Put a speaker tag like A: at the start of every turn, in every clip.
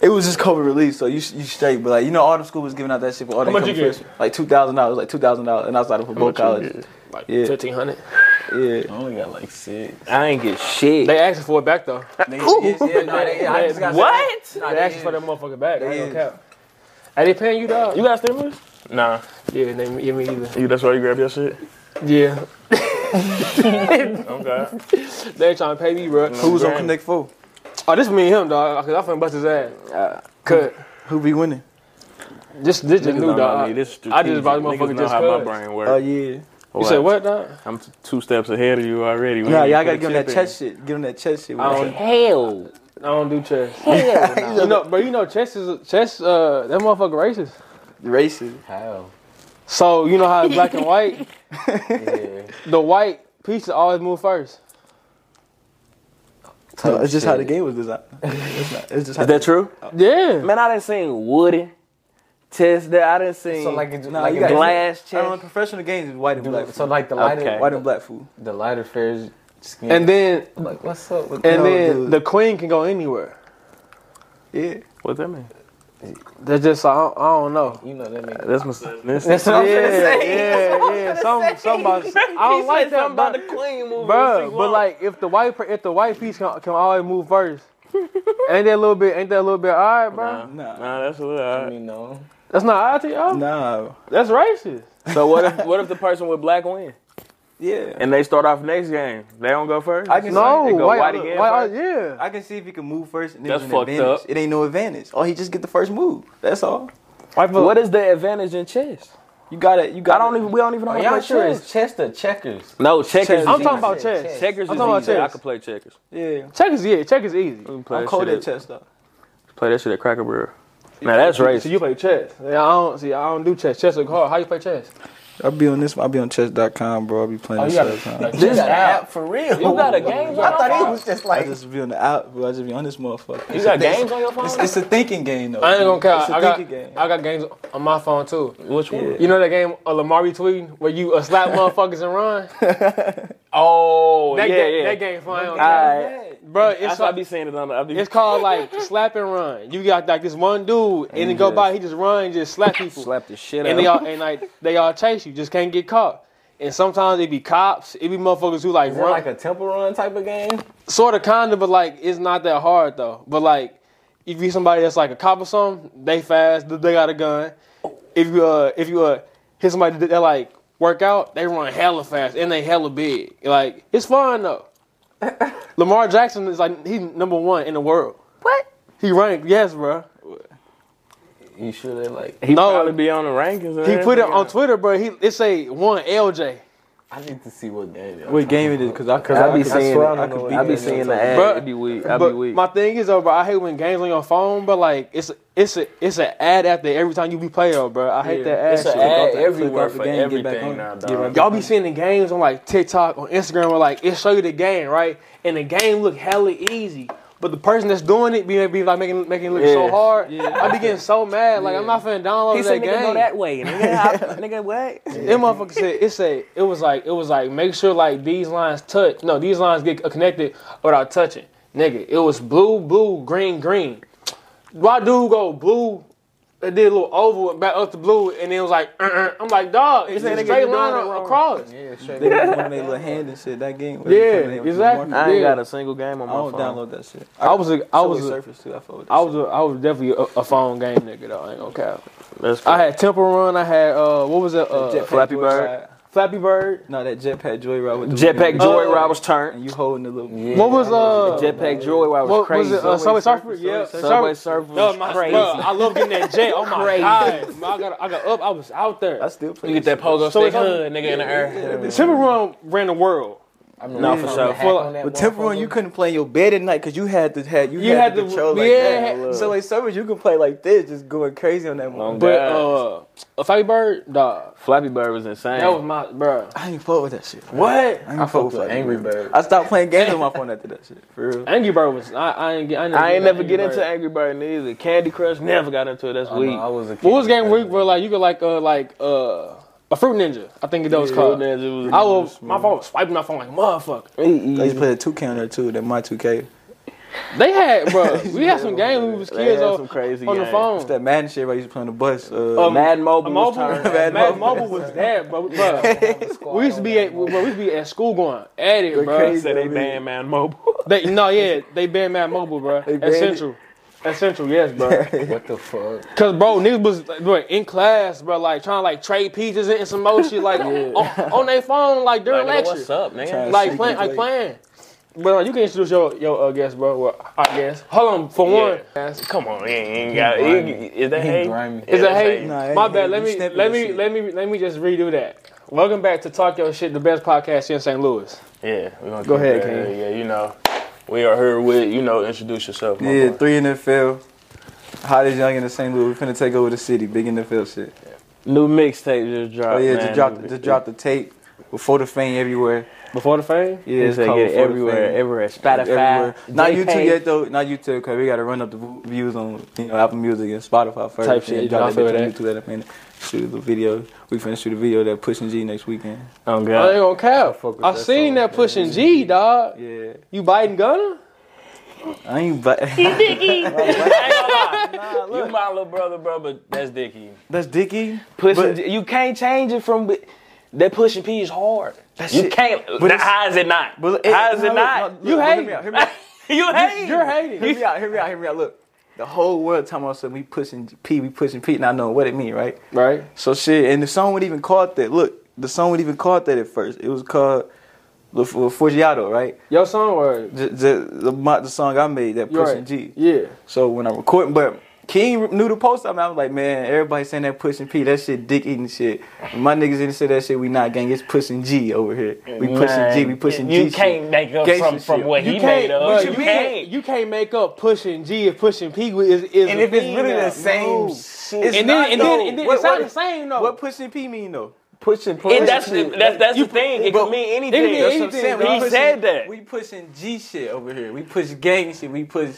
A: It was just COVID relief, so you you straight. But like you know, all the school was giving out that shit for all
B: How
A: the
B: much you get?
A: Like two thousand dollars, like two thousand dollars, and I started for both
B: much you
A: colleges.
B: get? Like
A: Yeah.
B: fifteen hundred.
A: Yeah.
C: I only got like six.
D: I ain't get shit.
B: They asked for it back though.
C: Nigga, yeah, yeah, nah, they- I just gotta say that.
D: what?
C: Nah,
B: They
C: they
B: asked
C: is.
B: for that motherfucker back. I ain't
A: is.
B: gonna cap. Are they paying you dog?
C: You got stimulus? Nah.
B: Yeah, they, yeah, me either.
C: You, that's why you grab your shit?
B: Yeah,
C: Okay.
B: they ain't trying to pay me, bro.
A: Who was on
C: Grand.
A: Connect Four?
B: Oh, this me and him, dog. Cause I finna bust his ass. Cut.
A: Who be winning?
B: This, this just new,
C: Niggas know
B: dog.
C: me. This is
B: I just bought
C: strategic.
B: the motherfucker
C: Niggas know
B: just
C: how
B: cuz.
C: my brain works.
A: Oh yeah.
B: You said what, dog?
C: I'm two steps ahead of you already.
A: Nah, y'all gotta
C: get
A: give him that chest shit. Give him that chest shit.
B: I don't-
D: Hell,
B: I don't do chess.
D: hell, no.
B: you know, but you know, chess is chess. Uh, that motherfucker racist.
A: Racist.
D: hell.
B: So you know how it's black and white,
D: Yeah.
B: the white pieces always move first.
A: No, it's just how the game was designed. It's, not, it's just how
D: Is that true?
B: Oh. Yeah.
D: Man, I done seen Woody test that. I done seen
E: So like it,
A: Nah,
E: like
A: you
E: it
A: gotta-
D: glass
A: I don't know,
D: chest.
A: professional games is white and black.
E: so like the lighter
D: Okay.
A: White and black food.
E: the lighter fares skin.
B: And then
E: like what's up with
B: and
A: No,
B: then
A: dude.
B: the queen can go anywhere.
A: Yeah.
C: What that mean?
B: That's just I don't, I don't know.
E: you know that nigga.
C: That's misogynistic.
B: yeah, yeah, yeah. Some, some about, I don't like that about the
D: queen movie.
B: bruh. But like, if the white, per- if the white piece can, can always move first, ain't that a little bit? Ain't that a little bit? All right, bro.
C: Nah,
A: Nah.
C: nah, that's a little.
E: I
C: Right.
E: mean, no.
B: That's not odd to y'all.
A: Nah.
B: That's racist.
D: so what if what if the person with black win
A: Yeah.
C: And they start off next game. They don't go first.
A: I can
B: No,
C: They go
B: white,
C: white again
B: white-
C: first?
B: yeah.
A: I can see if he can move first. And
C: That's
A: there's an
C: fucked
A: advantage.
C: up.
A: It ain't no advantage. Oh, he just get the first move. That's all.
D: What is the advantage in chess?
A: You got it. You
D: I
A: got.
D: don't even. We don't even know how
E: Are
D: to
E: y'all
D: play
E: sure
D: chess.
E: it's chess or checkers?
D: No checkers.
B: I'm
D: is
B: talking
D: easy.
B: about chess.
E: chess.
D: checkers.
B: I'm
D: is
B: talking about
D: easy. I
B: chess.
D: can play checkers.
A: Yeah.
B: Check is yeah, check is easy.
C: We can play
A: I'm
C: that
A: cold
C: shit
A: at chess though.
C: Play that shit at Cracker Barrel. Now that's
B: So
C: racist.
B: you play chess? Yeah, I don't see. I don't do chess. Chess is hard. How you play chess?
A: I'll be on this. I'll be on chess.com, bro. I'll be playing
E: Oh,
A: this
E: you
A: all
E: got
A: the
E: a,
A: time.
E: like, this
D: got an
E: app for real.
D: You got a game?
E: I thought it was just
A: I
E: like
A: just be on the app, bro. I just be on this motherfucker.
D: You got games on your phone?
A: It's, it's a thinking game though.
B: I ain't gonna
A: It's
B: count.
A: a
B: I got
A: thinking game.
B: I got games on my phone too.
D: Which one?
B: You know that game of Lamari tweeting where you uh, slap motherfuckers and run?
D: Oh,
B: That
D: yeah,
B: game,
D: yeah.
B: That game fine. on
D: All
B: camera.
D: right.
B: Bro, it's
D: That's why I
B: like,
D: be seeing it on the. I be,
B: it's called like slap and run. You got like this one dude and it go
D: just-
B: by, he just run, and just slap people.
D: slap the shit
B: and
D: out.
B: they all and like they all chase you, just can't get caught. And sometimes it be cops, it be motherfuckers who like
E: is it
B: run
E: like a temple run type of game?
B: sort of kinda, but like it's not that hard though. But like if you somebody that's like a cop or something, they fast, they got a gun. If you uh if you uh hit somebody that that, like work out, they run hella fast and they hella big. Like it's fun though. Lamar Jackson is like he's number one in the world.
D: What?
B: He ranked, yes, bro.
E: You sure they like?
C: He
B: no.
C: probably be on the rankings. and
B: He put it
C: everything.
B: on Twitter, bro. He it say one LJ.
E: I need to see what game. y'all
A: What game it is? Cause I, cause
D: I
A: I,
D: be
A: could- I
D: seeing
A: swear
D: it.
A: I,
E: I
A: could
E: know
A: be
E: it.
D: I be
E: Yeah,
D: seeing
E: yeah,
D: the
B: Bruh,
D: ad. It be weak. I be
B: But
D: weak.
B: my thing is, though, bro, I hate when games on your phone, but like it's it's a it's an ad after every time you be playing, though, bro. I hate that ad.
D: It's an
B: shit.
D: ad
A: the- click
D: everywhere
A: off the
D: for
A: game, get back
D: everything
A: on it.
D: now,
A: Get
D: dog.
A: right
B: Y'all be seeing the games on like TikTok on Instagram where like it show you the game, right? And the game look hella easy. But the person that's doing it be, be like making making it look so
D: Yeah.
B: hard. I be getting so mad. Like I'm not finna download
D: He
B: that
D: said,
B: game.
D: "Nigga, go that way." Nigga, I- nigga, what?
B: Them motherfuckers said it said it was like it was like make sure like these lines touch. No, these lines get connected without touching. Nigga, it was blue, blue, green, green. Why dude go blue? It did a little oval and back up to blue, and then it was like uh-uh. I'm like dog. It's
D: said,
B: a
D: nigga, you
B: straight
D: doing
B: line
D: it wrong.
B: across.
E: Yeah,
A: They
E: straight.
A: got one of their little hand and shit. That game. where
B: Yeah,
A: they put their- with the
B: exactly.
A: marker.
D: I ain't
B: Yeah.
D: got a single game on
A: I
D: my
A: don't
D: phone.
A: download that shit.
B: I was a I
A: Showy
B: was a,
A: Surface too. I fuck with that
B: I was a, I was definitely a, a phone game nigga though. I ain't gonna cap.
C: That's
B: I
C: cool.
B: had Temple Run. I had uh what was it?
A: shit.
B: Uh,
A: Jetpack
C: Flappy
A: Joyride.
B: Flappy Bird.
A: No, that jetpack joyride with the
D: Jetpack
A: little-
D: Joy
E: Uh,
D: Roberts
A: and
D: turn.
A: you holding the little.
E: Yeah,
B: What was uh?
D: Jetpack Joy Roberts
B: What
D: crazy.
B: was it? Uh, Subway Surfer? Yeah,
D: Subway Surfer
B: Yo,
D: was
B: my,
D: crazy.
B: Bro, I love getting that jet. Oh my god, Man, I got I got up. I was out
A: I
B: there.
A: still play.
D: You get that pogo
B: So
D: stick
B: it's on-
D: hood, nigga, in the air.
B: Timber Run ran the world.
E: I
D: Nah, for sure.
A: With Temple Run, you couldn't play in your bed at night because you had to had you,
B: You
A: had,
B: had
A: to
B: to-
A: control like
B: yeah.
A: that. So like servers, you can play like this, just going crazy on that one.
B: But uh, a Flappy Bird, dog.
C: Flappy Bird was insane.
B: That was my bro.
A: I ain't fuck with that shit.
B: What?
A: I ain't
E: I
A: fuck
E: fucked
A: with
E: with
A: that.
E: Angry Bird.
A: I stopped playing games on my phone after that shit. For real.
B: Angry Bird was I I ain't get I,
C: I ain't never get
B: Angry
C: into
B: Bird.
C: Angry Bird neither. Candy Crush never got into it. That's
E: I, know,
C: weak.
E: I was a kid.
B: What was game week where like you could like uh like uh a fruit ninja? I think that was
C: Cool
B: called.
C: Ninja was-
B: I was my phone was swiping my phone like motherfucker.
A: I used to play a two counter too, that my two K.
B: They had, bro. We had some games when we was
D: They
B: kids
D: had
B: on,
D: some crazy
B: on the
D: games.
A: It's
B: phone.
A: that Madden shit where I used to play on the bus. Uh,
B: Um,
D: Mad Mobile.
B: Mobile,
D: was
B: Mad,
D: turned-
B: Mobile, was there, bro. bro. we used to be at, bro, we used to be at school going at it, bro.
D: crazy.
C: Said they banned man mobile.
B: They no, yeah, they banned Mad Mobile, bro. At
D: banned it.
B: Central, at Central, yes, bro.
E: What the fuck?
B: Cause bro, niggas was like, bro, in class, bro, like trying to like trade peaches and some more shit, like on, on their phone, like during
C: Like,
B: lecture,
C: what's up, nigga?
B: like playing, like playing. But uh, you can introduce your your uh, guest, bro. Well, our guest. Hold on, for
C: Yeah.
B: one, guys.
C: Come on, he ain't got. He, is that hay?
E: grimy.
B: Is that
C: that's
B: hey?
C: hay.
A: Nah, it
B: my
A: ain't-
B: bad.
A: you
B: Let me
A: snapping
B: let
A: that
B: me
A: shit.
B: let me let me just redo that. Welcome back to Talk Your Shit, the best podcast in St. Louis.
C: Yeah, we're gonna
B: Go
C: keep
B: ahead,
C: that.
B: King.
C: Yeah, you know, we are here with you know. Introduce yourself. My
A: yeah,
C: boy.
A: three in the field. Hottest young in the St. Louis. We finna take over the city. Big in the field shit.
D: New mixtape just dropped.
A: Oh yeah,
D: man.
A: just drop, just drop the tape. Before the fame everywhere.
B: Before the fame,
A: Yeah,
D: They
A: it's
D: said
A: called
D: get it
A: Before the
D: everywhere,
A: Fame.
D: everywhere. Spotify.
A: everywhere. Not
D: JK.
A: YouTube yet though. Not YouTube because we gotta run up the v- views on you know, Apple Music and Spotify first.
B: Type shit,
A: and drop
B: I feel
A: that bitch on
B: that.
A: YouTube that minute. Shoot the video. We finna shoot a video of that pushing G next weekend.
D: Oh
B: I
D: god.
B: ain't gonna cap. I, seen that pushing G, dog.
A: Yeah,
B: You biting gunner?
A: I ain't. But
C: You my little brother, bro, but that's Dickie.
A: that's Dicky.
D: Pushing, you can't change it from. They're pushing P is hard.
C: You can't.
A: but
C: now,
A: it's-
C: how is it not?
A: But
C: how is it not?
A: you
B: You
A: hate.
B: hate.
A: Hear me out.
C: you hate.
B: You're hating.
A: Hear me out. Hear me out. Hear me out. Look, the whole world talking about something. We pushing P. We pushing P. Not knowing what it mean, right?
B: Right.
A: So shit, and the song would even call it that. Look, the song would even call it that at first. It was called the Forgiato, right?
B: Your song or
A: The, the, the, my, the song I made that
B: You're
A: pushing
B: right.
A: G.
B: Yeah.
A: So when I'm recording, but King knew the post up. and I was like, man, everybody saying that pushing P, that shit dick eating shit. When my niggas didn't say that shit. We not gang. It's pushing G over here. We pushing G. We pushing G.
C: You
A: shit.
C: can't make up
A: Gangsta
C: from, from
A: shit.
C: what
B: You
C: he
B: can't,
C: made up.
B: bro, you, can't, you can't make up pushing G if pushing P is is
E: And
B: a
E: if it's
B: thing
E: really
B: now.
E: the same
A: No.
E: shit,
A: It's
B: and
A: not,
B: then, and then,
A: though.
B: and then
A: What-
B: it's not
A: what-
B: the same though.
A: What pushing P mean though?
D: Pushing,
C: And
D: pushing.
C: that's the, that's that's the thing. It
A: but-
C: could mean
B: It can be
C: anything.
A: what I'm saying.
B: anything, dog.
A: We
C: He
A: pushing-
C: said that.
A: We pushing G shit over here. We push gang shit. We push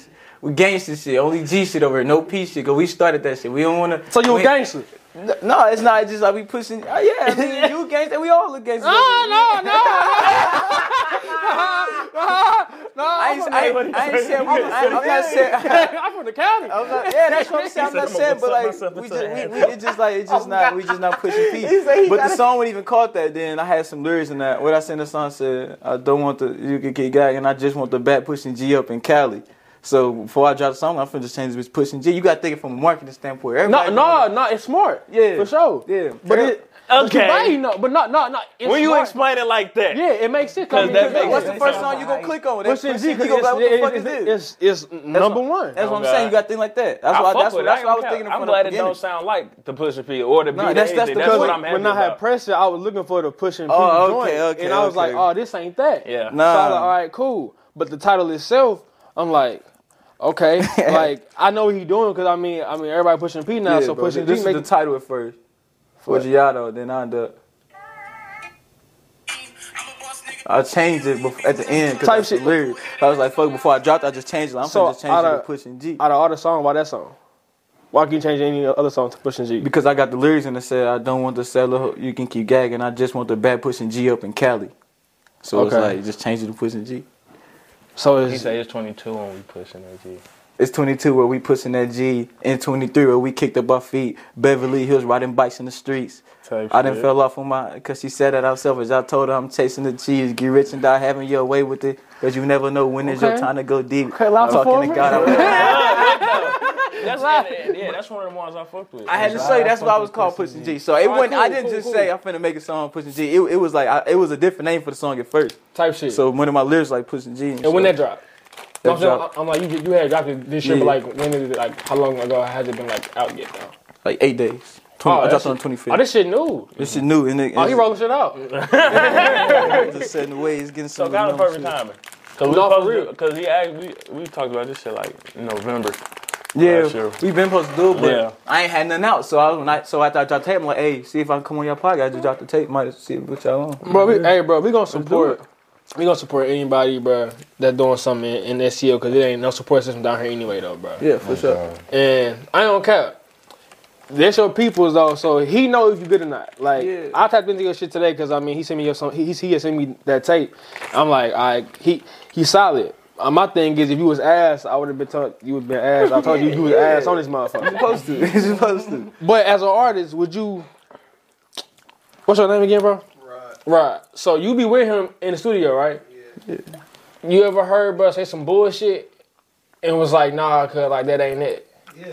A: we gangster shit. Only G shit over here. No P shit. Cause we started that shit. We don't wanna.
B: so you
A: we-
B: a gangster?
A: No, it's not. It's just like we pushing. Oh, yeah, I mean, you gangster. We all look gangster.
B: no, no.
A: I ain't, I, ain't- I ain't saying we. I, I'm not saying.
B: I'm from the county.
A: I'm not, yeah, that's what I'm saying. I'm
C: said,
A: not
C: "I'ma
A: saying,
C: put
A: but like
C: something
A: we
C: myself
A: just
C: into
A: we,
C: the
A: we it just like it's just not we just not pushing feet. but the song would not even caught that. Then I had some lyrics in that. What I said in the song said, I don't want the you can get gagged, and I just want the back pushing G up in Cali. So before I drop the song, I'm finna just change this bitch pushing G. You gotta think it from a marketing standpoint.
B: No,
A: Everybody
B: no, no. It's smart.
A: Yeah.
B: for sure.
A: yeah,
B: But
A: Yeah.
B: it, but you
C: Okay.
B: biting though. But no, no, no. It's
C: When you
B: smart.
C: explain it like that,
B: yeah, it makes sense.
C: 'Cause that makes
A: what's
C: sense.
A: the first song you gonna click on? That's
B: Pushing G,
A: pushing G.
B: because
A: You gonna be like, what the fuck is
B: it's,
A: this?
B: it's, it's, it's number one.
A: That's what I'm
C: God.
A: saying. You gotta think like that. That's why.
C: I
A: That's
C: fuck
A: what.
C: with it. I
A: That's what I
C: ain't
A: was
C: care.
A: thinking.
C: I'm
A: from the
C: glad it
A: beginning.
C: don't sound like the push and pee or the beat.
A: Nah,
C: or
A: that's- that's
C: anything.
A: the
C: that's
A: point.
C: what I'm happy
B: when I had
C: about.
B: pressure, I was looking for the pushing P
A: Oh,
B: joint,
A: okay, okay,
B: and I was
A: okay.
B: like, "Oh, this ain't that." So I
C: Yeah.
B: was
A: Nah.
B: like, "All right, cool." But the title itself, I'm like, "Okay, like I know what he doing because I mean, I mean, everybody pushing P now, so
A: bro,
B: pushing
A: this
B: P
A: is the
B: make
A: title at first. For Giotto, then I end up. I changed it bef- at the end because
B: Type
A: I was
B: shit.
A: lyric. I was like, "Fuck!" Before I dropped, it, I just changed it. I'm
B: So,
A: gonna just change it
B: outta-
A: to pushing G
B: out of all the song, why that song? Why can you change any other song to pushing G?
A: because I got the lyrics and it said, "I don't want the seller. ho- You can keep gagging. I just want the bad pushing G up in Cali." So it's
B: Okay.
A: like just change it to pushing G.
B: So
C: He
B: it's
C: said it's 22 when we pushing that G.
A: It's 22 where we pushing that G, and 23 where we kicked up our feet. Beverly Hills riding bikes in the streets.
C: Type
A: I done
C: shit.
A: fell off on my, cause she said that I'm selfish. I told her I'm chasing the cheese, get rich and die having your way with it. Cause you never know when is your
B: Okay.
A: time to go deep.
B: Okay, loud
A: I'm talking
B: performance.
A: to God. I,
C: That's yeah, that's one of the ones I fucked with.
A: I had to say that's what I was called Pushing G. So it wasn't. I
B: cool,
A: didn't
B: cool,
A: just
B: cool.
A: say I'm finna make a song Pushing G. It, it was like I, it was a different name for the song at first.
B: type shit.
A: So one of my lyrics like Pushing G.
B: and when that dropped.
A: That
B: I'm, saying,
A: dropped.
B: I'm like, you, you had dropped it this year,
A: Yeah.
B: but like, when is it? Like, how long ago has it been like out yet? Though.
A: like eight days. 20, I
B: Oh, that
A: dropped
B: shit-
A: on the 25th.
B: Oh, this shit new.
A: this shit new and it,
B: Oh, he rolling shit out.
A: just setting the ways, getting
C: So
A: some.
C: kind of
A: of the
C: perfect timing. Cause we
B: No, for
C: supposed
B: real.
C: to, cause he asked, we we talked about this shit like in November.
A: Yeah,
C: Alright, sure.
A: we've been supposed to do, it, but
C: Yeah.
A: I ain't had nothing out. So I was when I so after I dropped the tape, I'm like, hey, see if I can come on your podcast. I just dropped the tape, might see what y'all on.
B: Bro, we, hey, bro, we gonna support. We gonna support anybody, bro, that doing something in, in SEO because it ain't no support system down here anyway, though, bro.
A: Yeah, for sure.
B: And I don't care. That's your people's though, so he know if you good or not. Like
A: Yeah.
B: I tapped into your shit today because I mean he sent me your song. He he had sent me that tape. I'm like, I he he solid. Uh, my thing is, if you was ass, I would have been told you would been ass. I told you you was ass on this motherfucker.
A: supposed to. It's supposed to.
B: But as an artist, would you? What's your name again, bro? Right. Right. So you be with him in the studio, right? Yeah. You ever heard bro say some bullshit and was like, nah, cause like that ain't it.
F: Yeah.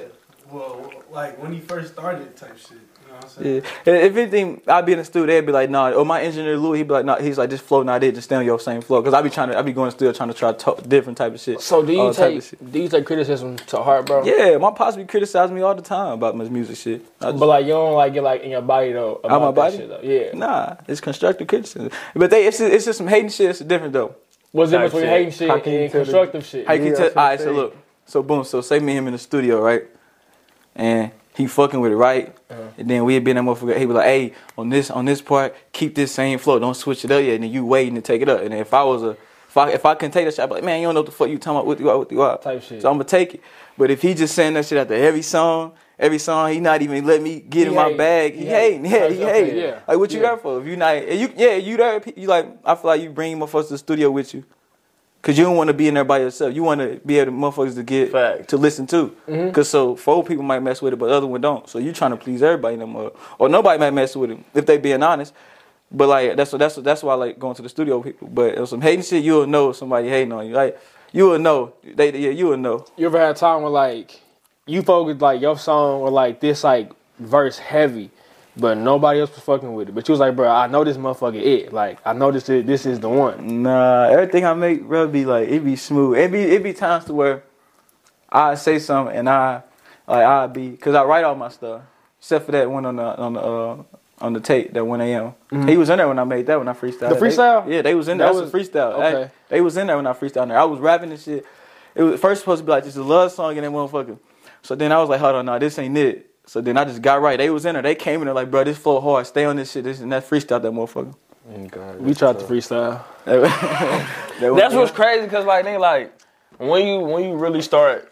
F: Well, like when he first started, type shit. You know what I'm saying?
A: Yeah. And If anything, I'd be in the studio. They'd be like, "Nah." Or my engineer Lou, he'd be like, "Nah." He's like, "This flow not it. Just stay on your same flow." Because I be trying to, I be going still trying to try to, different type of shit.
B: So do you
A: all type
B: take
A: of shit.
B: do you take criticism to heart, bro?
A: Yeah, my pops be criticizing me all the time about my music shit. I just-
B: But like you don't like get like in your body though. About
A: my
B: that
A: body?
B: Shit, though. Yeah.
A: nah, it's constructive criticism. But they, it's just, it's just some hating shit. It's different though.
B: What's the difference between
E: Type shit.
B: hating shit
D: How can you
B: and
D: tell the-
B: constructive shit?
A: How you can
D: Yeah,
A: tell?
D: that's what
A: All
D: I'm
A: right, so
D: saying.
A: look. So boom. So say me and him in the studio, right? And he fucking with it, right? And then we had been that motherfucker. He be like, "Hey, on this on this part, keep this same flow. Don't switch it up yet." And then you waiting to take it up. And if I was a if I if I can take that shit, I'd be like, "Man, you don't know what the fuck you talking about with you out with you out."
B: Type shit.
A: So I'm gonna take it. But if he just saying that shit after every song. Every song, he not even let me get in
B: He
A: my
B: hating.
A: bag. He,
B: He
A: hating,
B: hating.
A: yeah, he
B: Okay,
A: hating.
B: yeah.
A: Like what you
B: Yeah.
A: there for? If you not, and you yeah, you there. You like, I feel like you bring motherfuckers to the studio with you. Cause you don't want to be in there by yourself. You want to be able to motherfuckers to get
E: Fact.
A: to listen to.
B: Mm-hmm.
A: Cause so four people might mess with it, but other one don't. So you trying to please everybody in them, uh, or nobody might mess with it if they being honest. But like that's that's that's why I like going to the studio with people. But if some hating shit, you'll know if somebody hating on you. Like you will know they yeah you will know.
B: You ever had a time where like you focused like your song or like this like verse heavy, but nobody else was fucking with it. But you was like, bro, I know this motherfucker it. Like I know this is this is the one.
A: Nah, everything I make, bro, be like it be smooth. It be it be times to where I say something and I like I be because I write all my stuff except for that one on the on the uh, on the tape that one a.m. He was in there when I made that when I freestyle.
B: Mm-hmm. The freestyle?
A: yeah, they was in there.
B: That
A: That was
B: was-
A: freestyle. They-
B: okay.
A: they was in there when I freestyle there. I was rapping and shit. It was first supposed to be like just a love song and then motherfucker. So then I was like, hold on, nah, this ain't it. So then I just got right. They was in there. They came in there like, bro, this flow hard. Stay on this shit. This and that freestyle that motherfucker.
B: We tried to freestyle.
C: That's what's crazy because like they like when you when you really start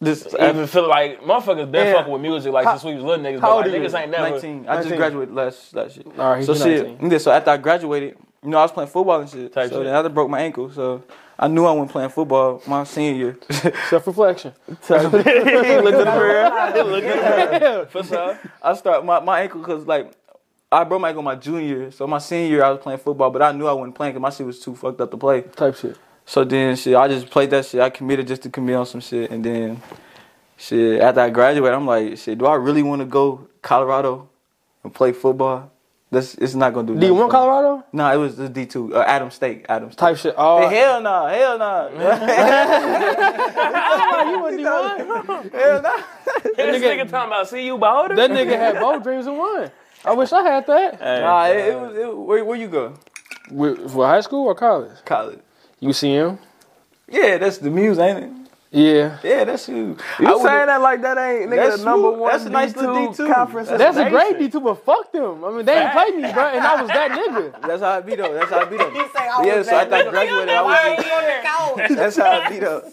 A: This,
C: even feel like motherfuckers been
A: Yeah.
C: fucking with music like since we was little niggas, but like, niggas ain't never.
A: 19. I just graduated last last year.
B: All right, he's
A: so shit.
B: 19.
A: Yeah, so after I graduated, you know, I was playing football and shit.
C: Type
A: so
C: shit.
A: then I just broke my ankle. So I knew I wasn't playing football my senior year.
B: Self reflection.
A: he looked in the mirror.
C: Look at that. What's up?
A: I start my, my ankle because like I broke my ankle my junior. year. So my senior year I was playing football, but I knew I wasn't playing because my shit was too fucked up to play.
B: Type shit.
A: So then shit, I just played that shit. I committed just to commit on some shit, and then shit. After I graduated, I'm like, shit. Do I really want to go Colorado and play football? That's it's not gonna do.
B: Do you
A: nothing
B: want
A: for me.
B: Colorado?
A: No, it was the D two. Uh, Adam State. Adam State.
B: Type shit. Oh,
A: Hey, hell no, hell no,
B: you wasn't D1.
A: hell no.
C: This nigga talking about see you beholder.
B: That nigga had both dreams in one. I wish I had that.
A: Nah, it, it was. It, where, where you go?
B: With, for high school or college?
A: College.
B: UCM.
A: Yeah, that's the muse, ain't it?
B: Yeah.
A: Yeah, that's you.
D: You
A: I
D: saying
A: would-
D: that like that ain't nigga
A: That's
D: the number
A: smooth.
D: one
A: That's a nice little
D: D2
A: D2.
D: conference. in
B: That's
D: the
B: a great D2, but fuck them. I mean, they ain't played me, bro, and I was that nigga.
A: That's how I beat up. That's how I beat up. yeah, so after I graduated, I was. That's how I beat up.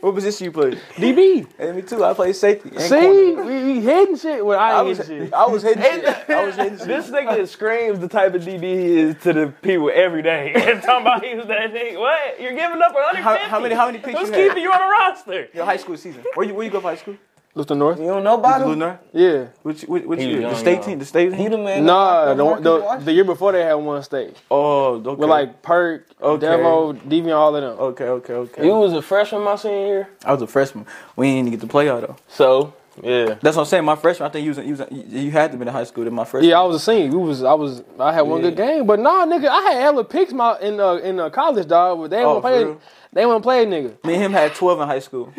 A: What position you played?
B: DB.
A: Hey, me too. I played safety. and corner.
B: See, we, we hitting shit. Well, I
A: I
B: ain't
A: was,
B: hitting shit.
A: I was hitting shit. I was hitting shit.
C: This nigga screams the type of DB he is to the people every day. And talking about he was that nigga. What? You're giving up 150?
A: How, how many how many picks
C: Who's
A: you
C: keeping
A: had?
C: you on the roster?
A: Your high school season. Where you where you go for high school?
B: Luther North.
E: You don't know about him?
A: Lunar.
B: Yeah.
A: Which which, which
E: He was
A: year? The
E: young,
A: state
E: though.
A: team. The state
E: He
A: team.
E: the man.
B: Nah,
E: that
B: the,
E: marked
B: one- the,
E: Washington?
B: the year before they had one state.
A: Oh, okay.
B: With like Perk,
A: Okay.
B: Devo, Deviant, all of them.
A: okay, okay, okay.
C: You was a freshman my senior year.
A: I was a freshman. We didn't even get to play out though.
C: So, yeah.
A: That's what I'm saying. My freshman, I think you was, you, was, you you had to be in high school in my freshman.
B: Yeah, I was a senior. We was, I was, I had one good game, but nah, nigga, I had hella picks my in uh, in uh, college, dog. But they
A: Oh,
B: won't play.
A: for real?
B: They won't play, nigga.
A: Me and him had 12 in high school.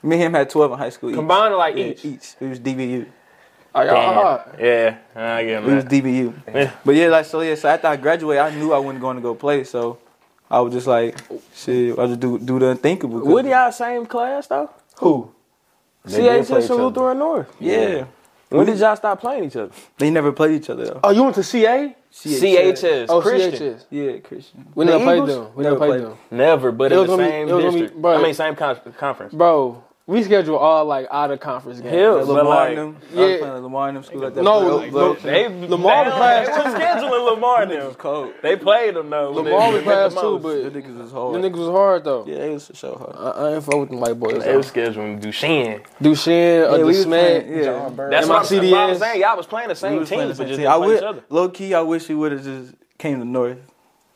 A: Me and him had 12 in high school. each.
C: Combined like
A: Yeah,
C: each.
A: each. We was DBU. Oh,
B: I got hard.
C: Yeah, I get
A: We was
C: it.
A: DBU. But yeah, like so yeah, so after I graduated, I knew I wasn't going to go play, so I was just like, shit, I just do do the unthinkable. 'cause-
C: Wouldn't y'all same class though?
A: who?
E: They did play each
D: CHS and
E: other.
D: Luther and North.
A: Yeah.
D: When did y'all stop playing each other?
A: They never played each other though.
B: Oh, you went to CA?
C: CHS.
B: Oh,
C: Christian.
B: CHS.
A: Yeah, Christian.
B: We
D: The
B: never played
D: Eagles?
B: them.
A: Never
B: We never played
A: played
B: them,
C: Never, but
B: It
C: in
B: was
C: the
B: gonna be-
C: same
B: it was gonna be-
C: district.
B: bro.
C: I mean, same con- conference.
B: bro. we schedule all like out of conference games.
D: Hell,
A: Lamar
C: like-
A: and them. I
B: Yeah.
A: was playing at Lamar and them school at that.
B: No,
A: Oak
B: no,
A: Bluff.
C: They
B: Lamar
C: they,
B: was fast
C: they was scheduling Lamar and them.
A: was cold.
C: They played him though.
B: Lamar was fast too,
A: The
B: but the
A: niggas was hard.
B: niggas was hard though.
A: yeah, they was for sure hard.
B: I, I ain't fuck with them white boys.
C: They
B: though.
C: was scheduling Duchenne.
B: Duchenne uh,
A: Yeah,
B: or yeah,
A: we was
B: Desmet.
A: playing- yeah.
C: That's
B: And my
C: what I'm, that's what I'm
B: CDs.
C: saying. Y'all was playing the
A: We
C: same
A: was playing the
C: teams,
A: same
C: but just
A: team.
C: didn't
A: I
C: play each other.
A: would, low key, I wish we would have just came to North.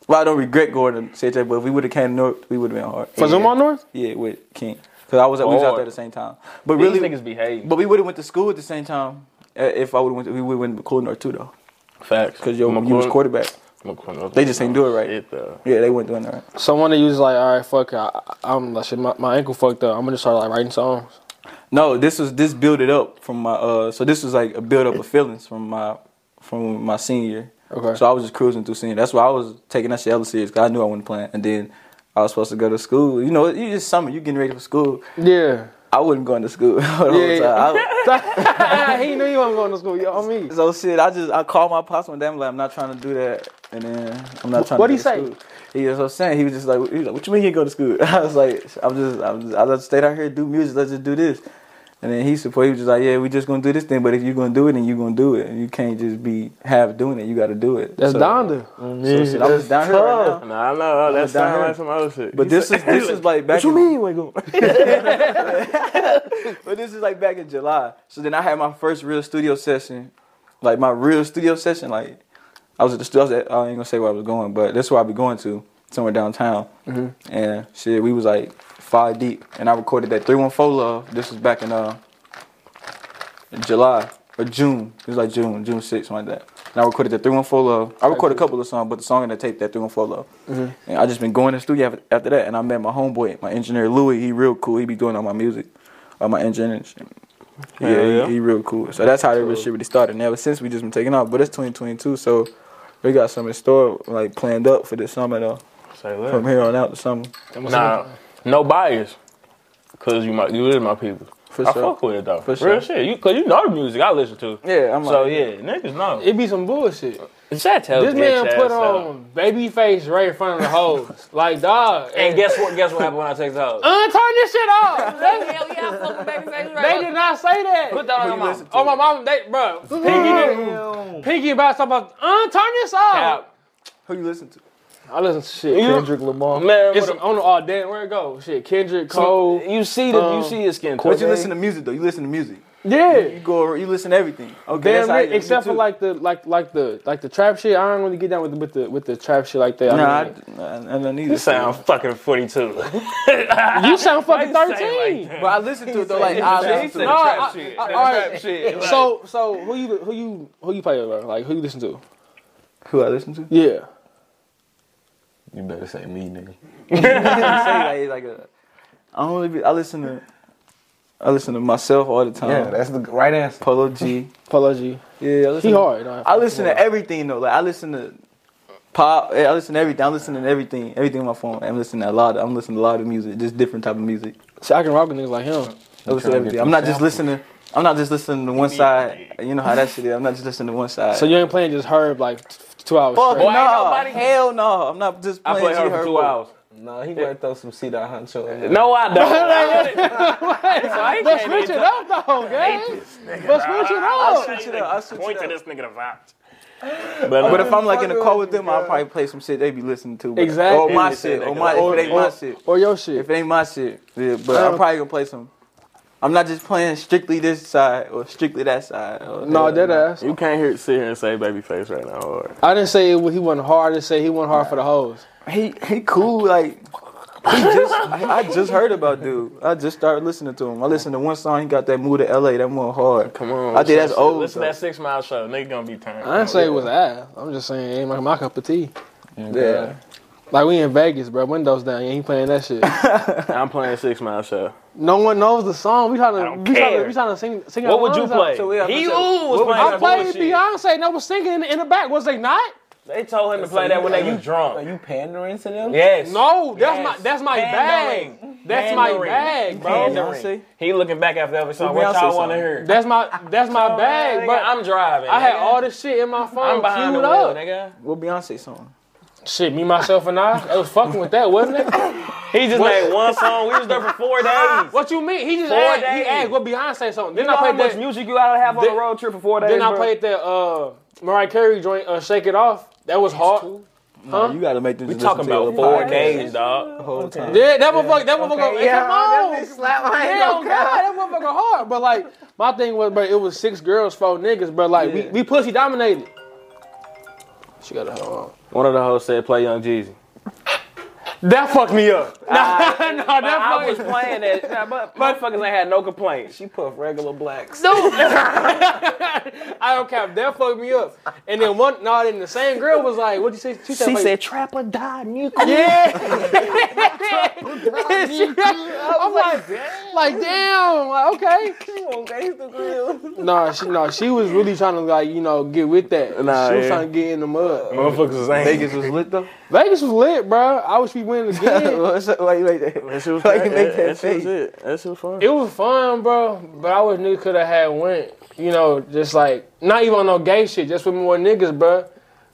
A: Well, I don't regret going to CJ, but if we would have came to North, we would have been hard.
B: For
A: yeah.
B: Zumar North?
A: Yeah, with King. Because I was, we was out
C: Hard.
A: there at the same time. But
C: These
A: really,
C: niggas behave.
A: but we would have went to school at the same time. uh, If I would have went, to, we would have went to Cool North too, though.
C: Facts.
A: Because yo, you was quarterback. They just ain't do it right. Yeah, they weren't doing that right.
B: Someone that was like, all right, fuck it. I, I- I'm like, shit, my, my ankle fucked up. I'm gonna start like writing songs.
A: No, this was this built it up from my uh so this was like a build up of feelings from my from my senior. year.
B: Okay.
A: So I was just cruising through senior. That's why I was taking that shit hella serious because I knew I wasn't playing. And then I was supposed to go to school. You know, you just summer, you getting ready for school.
B: Yeah.
A: I wasn't going to school. the whole
B: Yeah, yeah.
A: time. I-
B: he knew you wasn't going to school. Yo, I mean,
A: so shit, I just I called my pops one day. I'm like, I'm not trying to do that. And then I'm not trying.
B: What'd
A: to
B: he
A: go to
B: say?
A: School. He was so saying he was just like, he was like, what you mean you go to school? I was like, I'm just I'm just I just stayed out here do music. Let's just do this. And then he support. He was just like, yeah, we just gonna do this thing. But if you're gonna do it, then you gonna do it. And you can't just be half doing it. You got to do it.
B: that's
A: so,
B: Donda.
A: So shit, I was down here right now.
C: Nah, I know. That
A: down
C: sound
A: here.
C: like some other shit.
A: But this is this is like back.
C: What you
A: in-
C: mean you ain't going?
A: But this is like back in July. So then I had my first real studio session, like my real studio session. Like I was at the studio. I, was at, I ain't gonna say where I was going, but that's where I be going to somewhere downtown.
C: Mm-hmm.
A: And shit, we was like five deep, and I recorded that three one four love. This was back in uh July or June. It was like June, June 6th, something like that. And I recorded the 314 Love. I recorded a couple of songs, but the song in the tape, that 314 Love. And I just been going to the studio af- after that, and I met my homeboy, my engineer Louis. He real cool. He be doing all my music, all my engineering. and shit. Yeah,
C: yeah.
A: He, he real cool. So that's how the real shit really started. And ever since, we just been taking off. But it's 2022, so we got some in store, like planned up for this summer though.
C: Say
A: From
C: what?
A: here on out, the summer.
C: Nah, no bias. Cause you my you is my people.
A: For
C: I
A: sure.
C: fuck with it though.
A: For
C: Real
A: sure.
C: shit. You cause you know the music I listen to.
A: Yeah, I'm
C: So
A: like,
C: yeah, niggas know.
B: It'd be some bullshit.
C: Shut your
B: This man
C: bitch ass
B: put
C: up.
B: on baby face right in front of the hoes. like, dog.
C: And guess what? Guess what happened when I text out?
B: Uh, turn this shit off. They-
G: Oh, Hell yeah, I fuck with Babyface
B: they
G: right
B: did not say that.
G: Put that on my mom.
B: Oh my mom, they bro, Piggy, did, Piggy about something about uh, turn this off.
C: Cap.
A: who you listen to?
B: I listen to shit.
D: Kendrick Lamar.
C: Man,
B: It's
C: what
B: on all day. Where it go? Shit, Kendrick, Cole.
C: you see the
B: um,
C: you see his skin.
A: But you
C: tone.
A: listen to music though. You listen to music.
B: yeah.
A: You go. You listen to everything. Okay, that's
B: Damn,
A: how
B: near-
A: I am, me
B: except for
A: too.
B: like the like like the like the trap shit. I don't really get down with the, with the with the trap shit like that.
A: Nah,
B: I
A: I, I, I don't need
C: You sound fucking 42.
B: mean, you sound fucking
C: Why you say it
B: thirteen.
A: But I listen to it though. Like I
C: He
A: listen
C: said
A: to it.
B: No,
C: trap
B: I-
C: shit.
B: I-
C: That
B: alright.
C: trap shit. Like,
B: so so who you who you who you play with? Bro? Like who you listen to?
A: Who I listen to?
B: Yeah.
C: you better say me, nigga.
A: say like, like a, I don't really be, I listen to I listen to myself all the time.
D: Yeah, that's the right answer.
A: Polo G.
B: Follow G.
A: Yeah, I listen.
B: He
A: to-
B: hard. dog.
A: I listen to everything though. Like I listen to pop. eh, I listen to everything. I'm listening to everything. Everything on my phone. I'm listening to a lot. Of, I'm listening to a lot of music. Just different type of music.
B: See, I can rock with niggas like him.
A: I listen to everything. I'm not just listening. I'm not just listening to one side. You know how that shit is. I'm not just listening to one side.
B: So you ain't playing just Herb like t- two hours
A: Fuck
B: straight.
A: no, hell no! I'm not just
C: I
A: playing.
C: play her for
A: G-Herbo.
C: two hours.
D: No, he might throw some C dot huncho in there.
C: No, I don't.
B: But switch it up though, gang. But switch it up.
A: switch it up. I'll switch
C: Point
A: it
C: to
A: up.
C: this nigga to vouch. But, uh,
A: But if I'm like in a car with them, I'll probably play some shit they be listening to. But,
B: Exactly.
A: Or my shit. Or my if it ain't my shit.
B: Or your shit.
A: If it ain't my shit. Yeah, but I'm probably gonna play some. I'm not just playing strictly this side or strictly that side. or-
B: no, dead ass.
C: you can't hear, sit here and say babyface right now. Or,
B: I didn't say it, was- he wasn't hard. I didn't say he wasn't hard for the hoes.
A: He he cool like. He just I, I just heard about dude. I just started listening to him. I listened to one song. He got that move to L.A. That one hard.
C: come on.
A: I think that's
C: listen-
A: old,
C: Listen
A: though.
C: to that six mile show. Nigga gonna be turned.
B: I didn't say it was ass. I'm just saying it ain't my, my cup of tea.
A: Yeah.
B: Like we in Vegas, bro. Windows down. You ain't playing that shit.
C: I'm playing six mile show.
B: no one knows the song. We
C: I
B: trying
C: don't
B: to we trying to,
C: care.
B: we trying to sing sing.
C: What
B: our
C: would you
B: lungs out.
C: play?
A: So we have to
C: he ooh,
A: say-
C: was
A: what would
C: playing
B: I
C: some
B: played
C: bullshit.
B: Beyonce and I was singing in the, in the back. Was they not?
C: They told him to play that when they was drunk.
D: you pandering to them?
C: Yes.
B: No, that's
C: Yes.
B: my that's my
C: Pandering.
B: bag. That's my
C: Pandering.
B: bag, bro.
A: Beyonce?
C: He looking back after every song.
A: Who
C: What
A: Beyonce
C: y'all want to
A: song?
C: hear?
B: That's my that's my bag,
C: Oh, Nigga,
B: bro.
C: I'm driving.
B: I had
C: nigga.
B: all this shit in my phone
C: I'm behind the
B: queued
C: wheel,
B: up.
C: nigga.
A: What Beyonce song?
B: Shit, me, myself, and I, they was fucking with that, wasn't it?
C: He just
B: What-
C: made one song. We was there for four days.
B: What you mean? He just
C: Four
B: asked,
C: days.
B: he asked what Beyonce something. Then
C: You know
B: I
C: how
B: played
C: much
B: that.
C: music you gotta have on
B: Then-
C: a road trip for four days?
B: then I
C: bro?
B: played that uh, Mariah Carey joint, uh, "Shake It Off." That was hard.
A: Nah, you gotta make them.
C: We
A: just listen
C: talking
A: to
C: about
A: your
C: four
A: podcast
C: days, dog.
A: the whole time.
B: Yeah, that motherfucker. That motherfucker. hey, come on.
D: slap my
B: Hell God, that motherfucker hard. But like, my thing was, bro, it was six girls, four niggas, bro. Like, we, we pussy dominated. She got a hoe
C: One of the hosts said, "Play Young Jeezy."
B: on. That fucked me up. nah, nah,
C: I
B: that
C: was
B: fuckking.
C: playing that, nah, but motherfuckers ain't had no complaints. She puff regular blacks.
B: I don't cap. That fucked me up. And then one, nah, then the same girl was like, "What you say?" She said,
D: She
B: like,
D: said, "Trap or die, nigga."
B: I'm like, like damn, like, okay. nah, she, nah, she was really trying to like, you know, get with that.
C: Nah,
B: she was
C: yeah.
B: trying to get in the mud.
C: Motherfuckers ain't.
A: Vegas was lit though.
B: Vegas was lit, bro. I wish we win again.
A: What's up? Why you like that? Why you
D: you
A: make
D: make that
A: that
D: face?
A: face?
D: That's so fun.
B: it was fun, bro. But I wish niggas could have had went. You know, just like not even on no gay shit, just with more niggas, bro.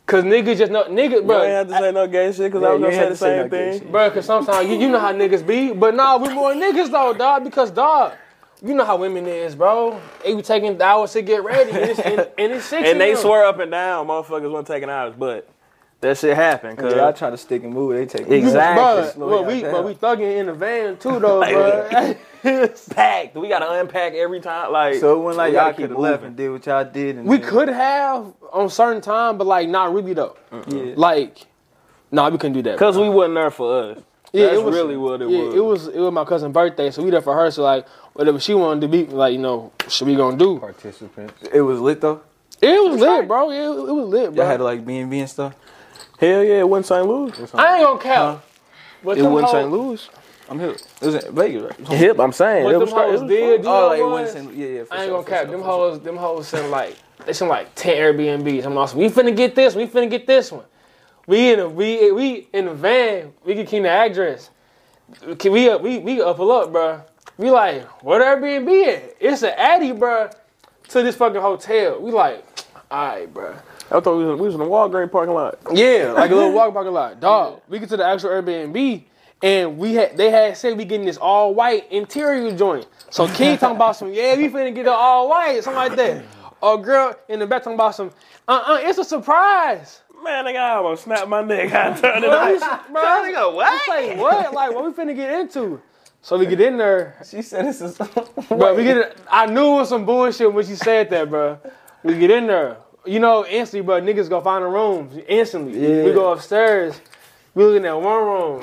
B: Cause niggas just know niggas,
C: You ain't
B: bro.
C: have to say no gay shit because I was
A: you
C: gonna
A: ain't
C: say
A: had to say no
C: the same
A: gay
C: thing.
A: shit.
B: Bro, cause sometimes you, you know how niggas be, but nah, we more niggas though, dog. Because dog, you know how women is, bro. They be taking hours to get ready, and it's, and, and it's six.
C: And they
B: swear.
C: swear up and down, motherfuckers wasn't taking ours, but that shit happened. Cause
A: Yeah, I try to stick and move. They take
B: Bruh,
A: exactly.
B: well, we but we thugging in the van too though, bro.
C: packed. We gotta unpack every time. Like
A: So it wasn't like
C: we gotta
A: y'all
C: keep
A: could have left
C: moving.
A: and did what y'all did. And
B: we
A: then-
B: could have on certain time, but like not really though.
A: Yeah.
B: Like, nah, we couldn't do that.
C: Cause we wasn't there for us.
B: yeah,
C: that's really what it
B: yeah,
C: was.
B: It was it was my cousin's birthday, so we there for her. So like, whatever she wanted to be, like you know, should we gonna do? It
E: Participants.
A: It was lit though.
B: was lit, bro. Yeah, it, it was lit, bro.
A: Y'all had like B and B and stuff.
C: Hell yeah, it wasn't St. Louis.
B: I ain't gonna count. But
C: It
B: them
C: wasn't
B: hoes-
C: St. Louis.
A: I'm here. It was in Vegas, right?
C: Hip, I'm saying.
B: What
C: It
B: them
C: was- it
B: hoes
C: was
B: did?
C: fun.
B: You know
A: Oh, like
B: what?
A: Winston. Yeah, yeah. For
B: I ain't
A: sure,
B: gonna
A: for
B: cap.
A: sure,
B: Them
A: for sure.
B: hoes, them hoes send like they send like ten Airbnbs. I'm like, we finna get this, we finna get this one. We in a we we in the van. We can keep the address. Can we up? We we up up, bruh. We like what Airbnb at? It's an Addy, bruh, to this fucking hotel. We like, all right, bruh.
C: I thought we was, we was in the Walgreens parking lot.
B: Yeah, like a little walk parking lot, dog. We get to the actual Airbnb, and we had they had said we getting this all white interior joint. So King talking about some, yeah, we finna get it all white, something like that. Or girl in the back talking about some, uh, uh it's a surprise.
C: Man, nigga, I almost snapped my neck. I turned it
B: Bro,
C: off.
B: I go, what? It's like what? Like what we finna get into? So we get in there,
A: She said it's a
B: bro. We get. In, I knew it was some bullshit when she said that, bro. We get in there. You know, instantly, bro. Niggas go find a room instantly. We go upstairs. We looking at one room,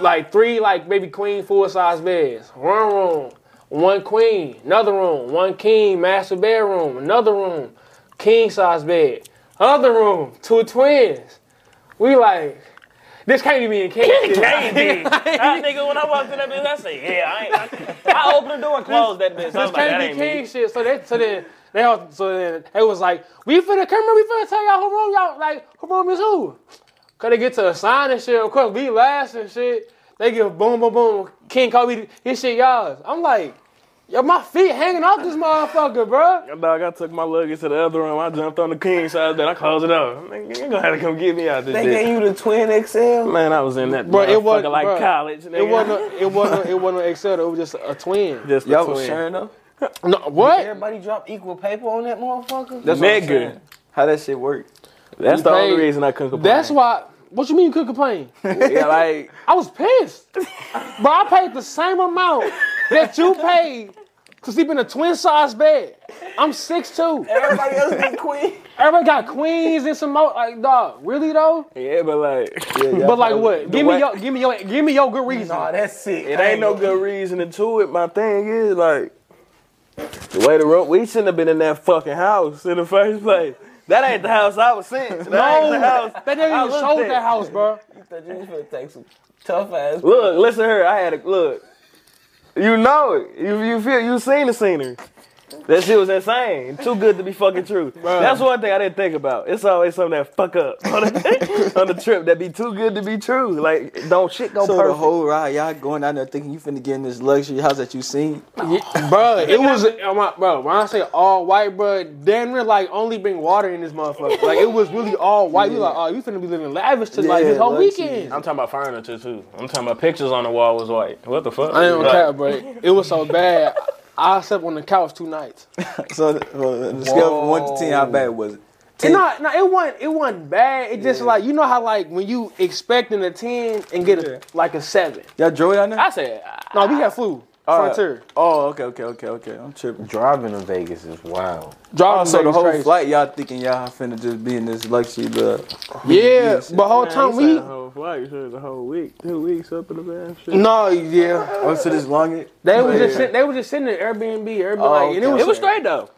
B: like three, like maybe queen full size beds. One room, one queen, another room, one king, master bedroom, another room, king size bed, other room, two twins. We like, this can't even be in king.
C: Hey, bitch. That nigga, when I walked in that bitch, I said, yeah, I ain't. I, I opened the door and closed that bitch. I was
B: This
C: like, that
B: can't
C: ain't
B: be king
C: me.
B: shit. So they, so then they, all, so then they was like, we finna come here, we finna tell y'all who wrong y'all, like who wrong is who. Cause they get to a sign and shit. Of course, we last and shit. They give boom, boom, boom. King Kobe, his shit y'all's. I'm like, yo, my feet hanging off this motherfucker, bro.
C: Dog, I took my luggage to the other room. I jumped on the king size, then I closed it up. Nigga, you gonna have to come get me out this bitch.
D: you the twin XL.
C: Man, I was in that
B: Bro, it wasn't-
C: motherfucker like
B: bro,
C: college. Nigga.
B: It wasn't, a, it wasn't, a, it wasn't an Excel. It was just a twin.
C: just
A: Y'all was sharing though.
B: No, what?
D: Everybody drop equal paper on that motherfucker.
A: That's what I'm
C: Nigga.
A: saying. How that shit work?
C: That's the only
B: paid-
C: reason I couldn't complain.
B: That's why. What you mean you could complain?
A: Yeah, like
B: I was pissed. Bro, I paid the same amount that you paid to sleep in a twin size bed. I'm 6'2.
D: Everybody else been queen.
B: Everybody got queens and some more. Like, dog, really though?
C: Yeah, but like,
A: yeah, y'all
B: But like
A: probably-
B: what? Give me your give me your give me your good reason.
D: Nah, that's sick.
C: it ain't no good reasoning to it. My thing is like, the way the rope, we shouldn't have been in that fucking house in the first place. That ain't the house I was sent. That ain't the
B: no,
C: house.
B: that nigga even
C: looked
B: sold
C: at-
B: that house, bro.
D: That you was finna take some tough ass.
C: Look, listen here. I had a look. You know it. You you feel you seen the scenery. That shit was insane. Too good to be fucking true. That's one thing I didn't think about. It's always something that fuck up on the, on the trip that be too good to be true. Like, don't shit go
A: So the
C: perfect.
A: whole ride, y'all going out there thinking you finna get in this luxury house that you seen.
B: Yeah, bro, it was uh, my- bro. When I say all white, bro, damn near like only bring water in this motherfucker. Like it was really all white. We like, oh, you finna be living lavish to like this
A: Yeah,
B: whole
A: luxury.
B: weekend.
C: I'm talking about furniture too. I'm talking about pictures on the wall was white. What the fuck?
B: I ain't gonna
C: Like,
B: cap, bro. It was so bad. I slept on the couch two nights.
A: So uh, the scale from one to ten, how bad was it?
B: And no, no, it wasn't. It wasn't bad. It just like you know how like when you expecting a ten and get a, like a seven.
A: Y'all drove down there?
C: I said,
B: No, we had flu. Frontier.
A: Oh, okay, okay, okay, okay. I'm tripping.
E: Driving to Vegas is wild.
B: Driving
A: So the
B: baby's
A: whole
B: crazy.
A: flight, y'all thinking y'all finna just be in this luxury, but
B: Yeah, but whole time we
C: whole flight, the whole week, two weeks up in the bath.
B: no, yeah.
A: went to Oh, this long.
B: They was just sit- they was just sitting at Airbnb, Airbnb, like, and it
A: okay.
B: was
C: Oh, It was straight though.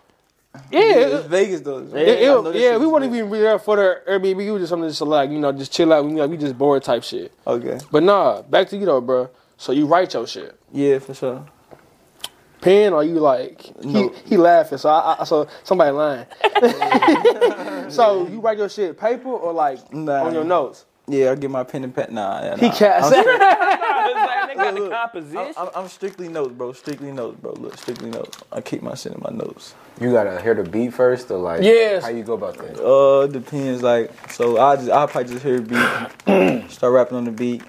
B: yeah,
A: It's
B: it,
A: Vegas though.
B: it-
A: I know this
B: yeah.
A: shit
B: We
A: is
B: weren't
A: Vegas.
B: even there for the Airbnb. We was just something just to like you know just chill out. We like, we just bored type shit.
A: Okay.
B: But nah, back to you though, bro. So you write your shit.
A: Yeah, for sure.
B: pen or you like
A: No.
B: he, he laughing so I, I so somebody lying so you write your shit paper or like
A: Nah.
B: on your notes
A: Yeah, I'll get my pen and pen. Nah, yeah, nah.
B: he cast
C: Like, they got the composition.
A: I'm, I'm- I'm strictly notes, bro. Strictly notes, bro. Look, strictly notes. I keep my shit in my notes.
E: You gotta hear the beat first, or like,
B: Yes.
E: how you go about that?
A: Uh, depends. Like, so I just I probably just hear a beat, start rapping on the beat,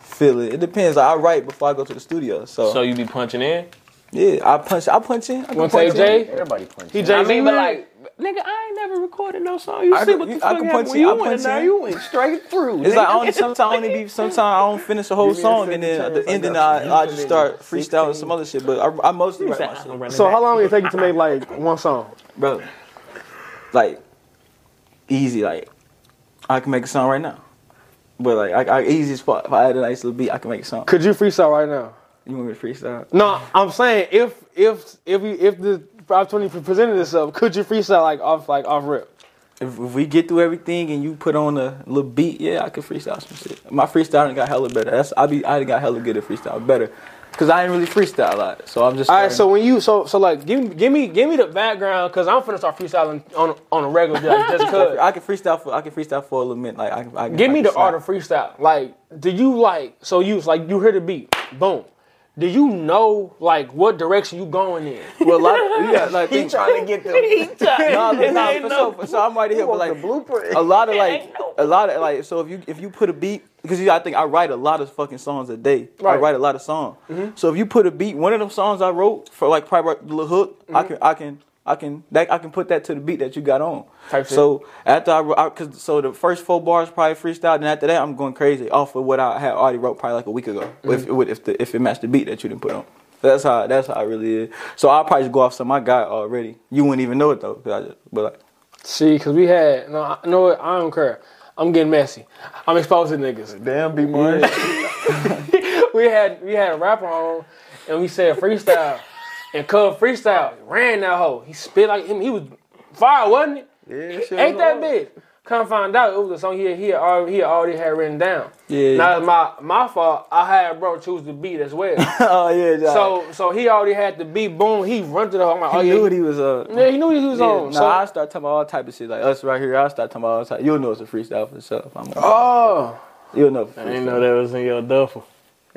A: feel it. It depends. I write before I go to the studio. So,
C: So you be punching in?
A: yeah, I punch. I punch in. I can
B: Wanna
A: punch
B: say
A: in.
B: Jay?
E: Everybody punch.
B: he Jay
C: I mean,
B: Z
C: but
B: like
C: like, nigga, I ain't never recorded no song. You
A: I
C: see
A: can-
C: what the
A: I
C: fuck
A: can
C: happened
A: punch
C: when
A: in, I
C: you went
A: punch
C: in there?
A: in.
C: You went straight through.
A: It's like I
C: nigga.
A: only sometimes I only be sometimes I don't finish the whole song and then at the ending I, I just start freestyling some other shit. But I, I mostly write my shit,
B: so how long did it take you to make like one song
A: bro. Like easy, like I can make a song right now. But like I, I easy as fuck. If I had a nice little beat, I can make a song.
B: could you freestyle right now
A: You want me to freestyle?
B: no I'm saying if if if you if the opportunity presented itself could you freestyle like off like off rip
A: If, if we get through everything and you put on a little beat, yeah, I could freestyle some shit. My freestyling got hella better. That's I be I got hella good at freestyle better, cause I ain't really freestyle a lot. So I'm just
B: all right so
A: starting-
B: when you so so like give me give me give me the background because I'm finna start freestyling on on a regular like, just cause
A: I can freestyle for I can freestyle for a little minute. Like I can. I can
B: Give
A: I
B: me
A: can
B: the
A: slap.
B: art of freestyle. Like, do you like so you like you hear the beat, boom. Do you know like what direction you going in?
A: Well, a lot of, yeah, like he trying to get them. no, no, no, for sure, for sure, I'm right here, but like a lot of like a lot of like. So if you if you put a beat, because you, I think I write a lot of fucking songs a day. I
B: Right. Mm-hmm.
A: write a lot of songs. So if you put a beat, one of them songs I wrote for like probably the little hook, I
B: Mm-hmm.
A: can I can. I can that I can put that to the beat that you got on.
B: Type shit.
A: so after I, wrote- I cause so the first four bars probably freestyle, and after that I'm going crazy off of what I had already wrote probably like a week ago.
B: Mm-hmm.
A: If it would- if the, if it matched the beat that you didn't put on. That's how that's how it really is. So I'll probably just go off some I got already. You wouldn't even know it though. 'cause I just, but like,
B: See, cause we had no, I- no, I don't care. I'm getting messy. I'm exposing niggas.
E: Damn, be more.
B: We had we had a rapper on, and we said freestyle, and Cub freestyle ran that hoe. He spit like him. He was fire, wasn't it?
A: yeah, shit,
B: Ain't that bitch? Come find out, it was a song he had, he had already, he had already had written down.
A: Yeah.
B: Now it's my my fault. I had bro choose the beat as well.
A: oh yeah, dog.
B: So so he already had the beat. Boom, he run to the. I'm like,
A: he
B: oh
A: knew
B: yeah,
A: what he was uh.
B: yeah, he knew he was
A: yeah,
B: on.
A: nah,
B: so,
A: I start talking about all type of shit like us right here. I start talking about all type. You'll know it's a freestyle for sure. If I'm on.
B: oh,
A: You'll know. For
C: I didn't
A: freestyle.
C: know that was in your duffel.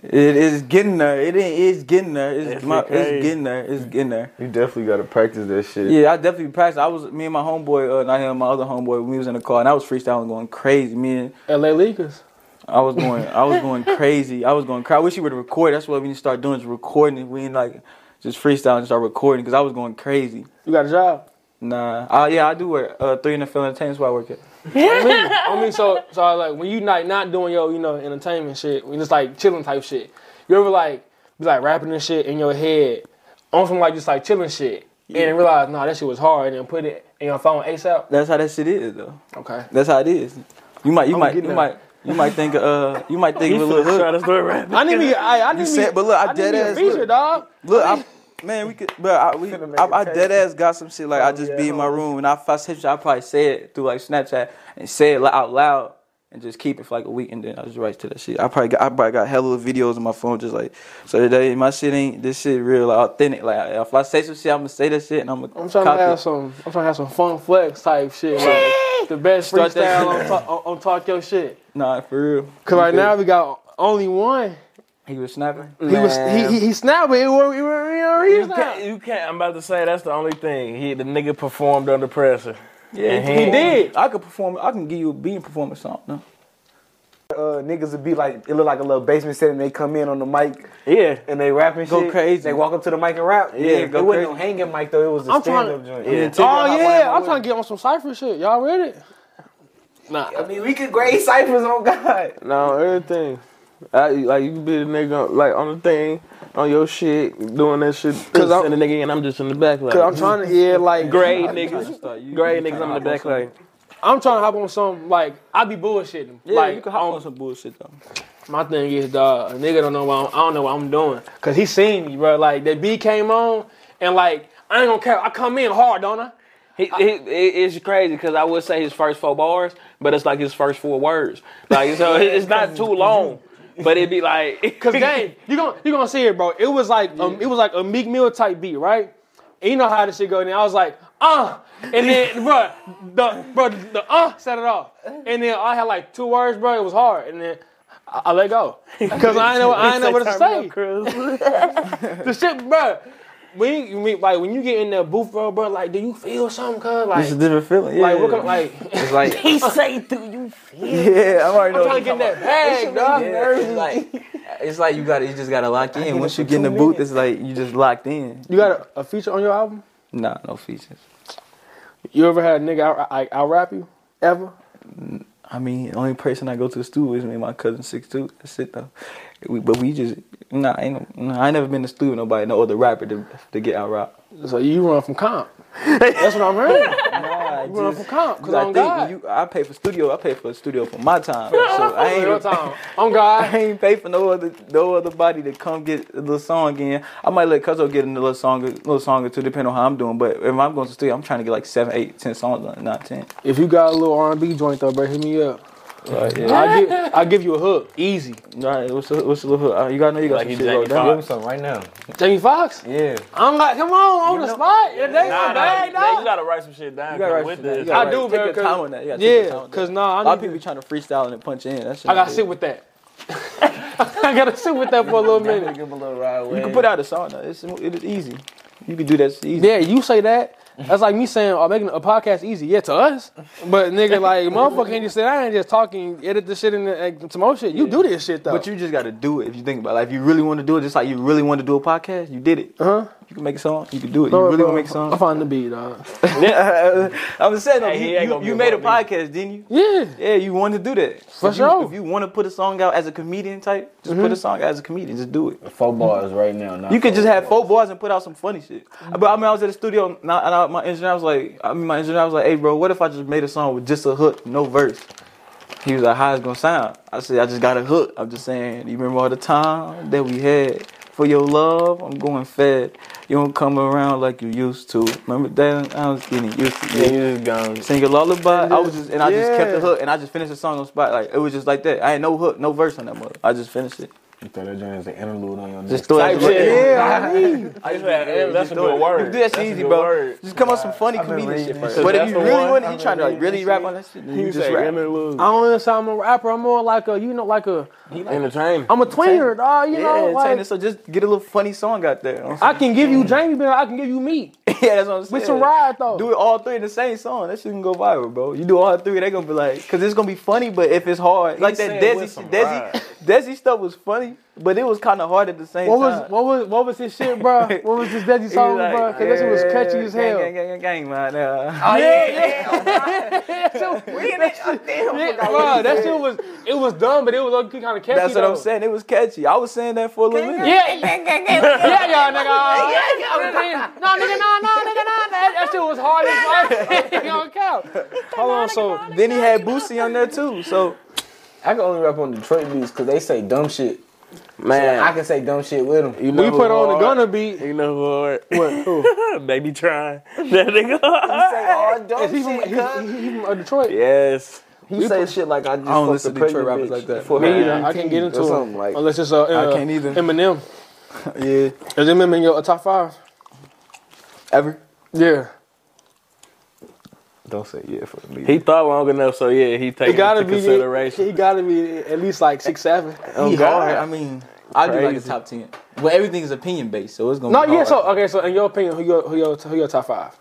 A: It is getting there. It ain't. It's getting there. It's,
C: It's
A: my,
C: okay.
A: it's getting there. It's getting there.
E: You definitely gotta practice that shit.
A: Yeah, I definitely practiced. I was me and my homeboy, uh, not him, my other homeboy. We was in the car and I was freestyling, going crazy. Me and
B: L.A. Lakers.
A: I was going, I was going crazy. I was going crazy. I wish you would record. That's what we need to start doing is recording. We ain't like just freestyling and start recording because I was going crazy.
B: You got a job.
A: Nah, uh, yeah, I do work uh, three NFL entertainment. That's where I work at.
B: I mean, I mean, so so I like when you like not doing your you know entertainment shit, when it's like chilling type shit. You ever like be like rapping and shit in your head on some like just like chilling shit, and realize nah that shit was hard, and then put it in your phone ASAP.
A: That's how that shit is though.
B: Okay.
A: That's how it is. You might, you might, you
B: getting there.
A: might, you might think, uh, you might think of a little hook.
C: Try to start rapping.
B: I need me. I, I need
A: You
B: me.
A: said- but look, I
B: I need
A: dead
B: me a
A: ass-
B: feature,
A: look.
B: dog.
A: Look, I, man, we could, but I, we, I, I dead ass got some shit
B: Oh,
A: like I just be in my room and I, if I said shit, I probably say it through like Snapchat and say it li- out loud and just keep it for like a week, and then I just write to that shit. I probably got, I probably got hella videos on my phone, just like so today my shit ain't this shit real like, authentic. Like if I say some shit, I'm gonna say that shit, and I'm gonna
B: I'm trying
A: copy
B: to
A: it.
B: have some. I'm trying to have some fun flex type shit. Like, the best
A: Start that-
B: freestyle on, ta- on, on talk your shit.
A: Nah, for real.
B: Cause right
A: He
B: now we got only one.
A: he was snapping.
B: He was he he, he snapped, but it was it was
C: You can't, you can't. I'm about to say that's the only thing. He the nigga performed under pressure.
A: Yeah, he,
C: he-
A: did. I could perform. I can give you a beat and perform a song. No.
D: Uh, niggas would be like, it look like a little basement setting. They come in on the mic
C: Yeah.
D: and they rap and
A: Go
D: shit.
A: crazy.
D: They walk up to the mic and rap. Yeah,
A: Yeah, go
D: it wasn't no
A: crazy.
D: hanging mic though. It was a
B: I'm trying
D: stand
B: to-
D: up joint.
C: Yeah.
B: Oh yeah, I'm trying to get on some cipher shit. Y'all read it? Nah,
D: I mean, we could grade ciphers on oh, God.
C: No, everything. I, like you be the nigga like on the thing, on your shit, doing that shit. Cause
B: I'm-
C: I'm the nigga and I'm just in the back like.
B: cause I'm trying to yeah like
C: grade niggas, grade niggas. I'm in the back like.
B: I'm trying to hop on some like I be bullshitting.
A: Yeah,
B: like um,
A: you can hop on some bullshit though.
B: My thing is, dog, a nigga don't know what I'm, I don't know what I'm doing. Cause he seen me, bro. Like that beat came on, and like I ain't gonna care. I come in hard, don't I?
C: He, he, it- it's crazy because I would say his first four bars, but it's like his first four words. Like so, it- it's not too long, but it'd be like
B: Cause gang, you gon' you gonna see it, bro. It was like um, it was like a Meek Mill type beat, right? And you know how this shit go. And I was like, uh, and then bro, the bro the uh set it off, and then I had like two words, bro. It was hard, and then I, I let go because I ain't know I ain't know what to say. The shit, bro. When you when- like when you get in that booth, bro, bro, like, do you feel something? Cause like,
A: It's a different feeling. Yeah,
B: like, what kind, like,
A: it's like
D: He say, do you feel?
A: yeah, I'm already know.
B: I'm trying to get in that bag, dog.
A: Yeah, it's like it's like you got to you just gotta lock in. Once you get in the booth, it's like you just locked in.
B: You got a, a feature on your album?
A: Nah, no features.
B: You ever had a nigga out, I, I rap you? Ever?
A: I mean, the only person I go to the studio is me and my cousin six two. That's it though. We, but we just nah, ain't no, nah, I ain't never been to the studio with nobody, no other rapper to, to get out rock.
B: So you run from comp. That's what I'm hearing.
A: Nah,
B: You run from comp, cause
A: I
B: on
A: think
B: God.
A: you, I pay for studio. I pay for studio for my time. So I ain't
B: Real time. On
A: I
B: God.
A: ain't pay for no other no other body to come get a little song in. I might let Cuzzo get in a little song, a little song or two, depending on how I'm doing. But if I'm going to studio, I'm trying to get like seven, eight, ten songs done, not ten.
B: If you got a little R&B joint though, bro, hit me up. I give I give you a hook, easy.
A: All right, what's the, what's the little hook? Uh, you gotta know you got
C: Like
A: some
C: he's
A: shit wrote
C: Jamie
A: down.
E: Give him some right now.
B: Jamie Foxx.
E: Yeah.
B: I'm like, come on, on the spot. Yeah, they
C: Nah,
B: my
C: nah,
B: bag,
C: you
B: dog.
C: gotta write some shit down
A: You gotta write
C: with
A: some shit down. You
C: this.
A: gotta
B: I do,
A: write- take
B: bro,
A: your time on that. You gotta take your time
B: Yeah,
A: on that.
B: cause nah,
A: a lot
B: I,
A: of people
B: need
A: be
B: to,
A: trying to freestyle and punch in. That's
B: I gotta sit with that. I gotta sit with that for a little minute.
E: Give him a little ride
A: You can put out a song. though. It's it is easy. You can do that shit easy.
B: Yeah, you say that. That's like me saying, "Oh, making a podcast easy." Yeah, to us, but nigga, like motherfucker, ain't just sit down and just talking, edit the shit and like, some more shit. You do this shit though.
A: But you just gotta do it if you think about it. Like, if you really want to do it, just like you really want to do a podcast, you did it.
B: huh?
A: You can make a song, you can do it. you really want to make a
B: I
A: song?
B: find the beat, dog.
A: I'm just saying, though,
C: Hey, he
A: you,
C: ain't
A: you,
C: gonna
A: you
C: be
A: made a
C: one of
A: podcast, didn't you?
B: Yeah,
A: Yeah, you want to do that.
B: For
A: if
B: sure. Mm-hmm.
A: You, if you want to put a song out as a comedian type, just put a song out as a comedian. Just do it.
E: Four bars right now. not
A: You could
E: four
A: just have
E: bars.
A: four bars and put out some funny shit.
B: Mm-hmm.
A: But I mean, I was at the studio and, I, and I- my engineer was like, I mean, my engineer was like, hey, bro, what if I just made a song with just a hook, no verse? He was like, how it's gonna sound? I said, I just got a hook. I'm just saying, you remember all the time that we had for your love? I'm going fed. You don't come around like you used to. Remember that? I was getting used to you.
C: You just gone.
A: Sing a lullaby. I was just and I just kept
B: Yeah.
A: the hook and I just finished the song on spot. Like it was just like that. I ain't no hook, no verse on that mother. I just finished it.
E: You throw that joint as an interlude on your neck.
A: Just throw it.
B: yeah. I mean,
C: I just had, yeah, that's a
A: do
C: good
A: it.
C: word.
A: You do that shit
C: That's a
A: easy,
C: good
A: bro.
C: word.
A: Just come up with some funny comedian shit first. But
C: That's
A: if you
C: the
A: really
C: one.
A: want it, you trying to like really rap on that shit, then you
C: You
A: just
C: say
A: rap.
B: I
C: interlude.
B: don't even say I'm a rapper. I'm more like a, you know, like a,
C: Entertain.
B: I'm a twinger, dog. You know,
A: Yeah,
B: like
A: Tanner, so just get a little funny song out there. yeah,
B: I can give you Jamie, but I can give you me
A: that's what I'm saying.
B: with some ride though.
A: Do it all three in the same song. That shit can go viral, bro. You do all three, they gonna be like, cause it's gonna be funny. But if it's hard, like that
C: said with
A: Desi,
C: some
A: Desi, Desi stuff was funny, but it was kind of hard at the same
B: What
A: time.
B: was what was what was his shit, bro? What was his Desi song,
A: He was
B: bro?
A: like,
B: Cause this was catchy as
A: "Yeah,
B: hell.
A: Gang, gang, gang, gang, man. uh."
B: Yeah, bro, that shit was it was dumb, but it was kind of catchy.
A: That's what
B: though.
A: I'm saying. It was catchy. I was saying that for a little minute.
B: Yeah, yeah, y'all nigga. No, nigga, no, no, nigga, no. That, that shit was hard as fuck. You don't count. Hold on, so
A: Then he had Boosie on there too. So
E: I can only rap on Detroit beats because they say dumb shit.
C: Man.
E: I can say dumb shit with them.
C: You know
B: we
C: who
B: put on the
C: hard-
B: gunner beat.
C: You know who hard? What? Baby trying. That nigga.
E: all dumb
B: Oh, Is he from, he, he, he from uh, Detroit?
C: Yes.
E: He says shit like I just
A: I don't
E: fucked a
A: listen to Detroit
E: pregnant
A: rappers
E: bitch
A: like that.
E: for
B: Me
E: her
B: either.
E: ass.
B: I can't get into
E: Or
B: it
E: something like-
B: unless it's uh, uh,
A: I can't either.
B: Eminem.
A: yeah.
B: Is Eminem in your uh, top five?
A: Ever?
B: Yeah,
E: Don't say yeah for me.
C: He thought long enough, so yeah, he
B: it
C: taking it
B: gotta
C: into
B: be.
C: consideration.
B: He gotta be at least like six, seven.
A: Oh,
C: God.
A: God. I mean, I do like the
C: Crazy.
A: top 10. But everything is opinion based, so it's going to
B: No,
A: be.
B: yeah.
A: hard.
B: So okay. So in your opinion, who your who your who your top five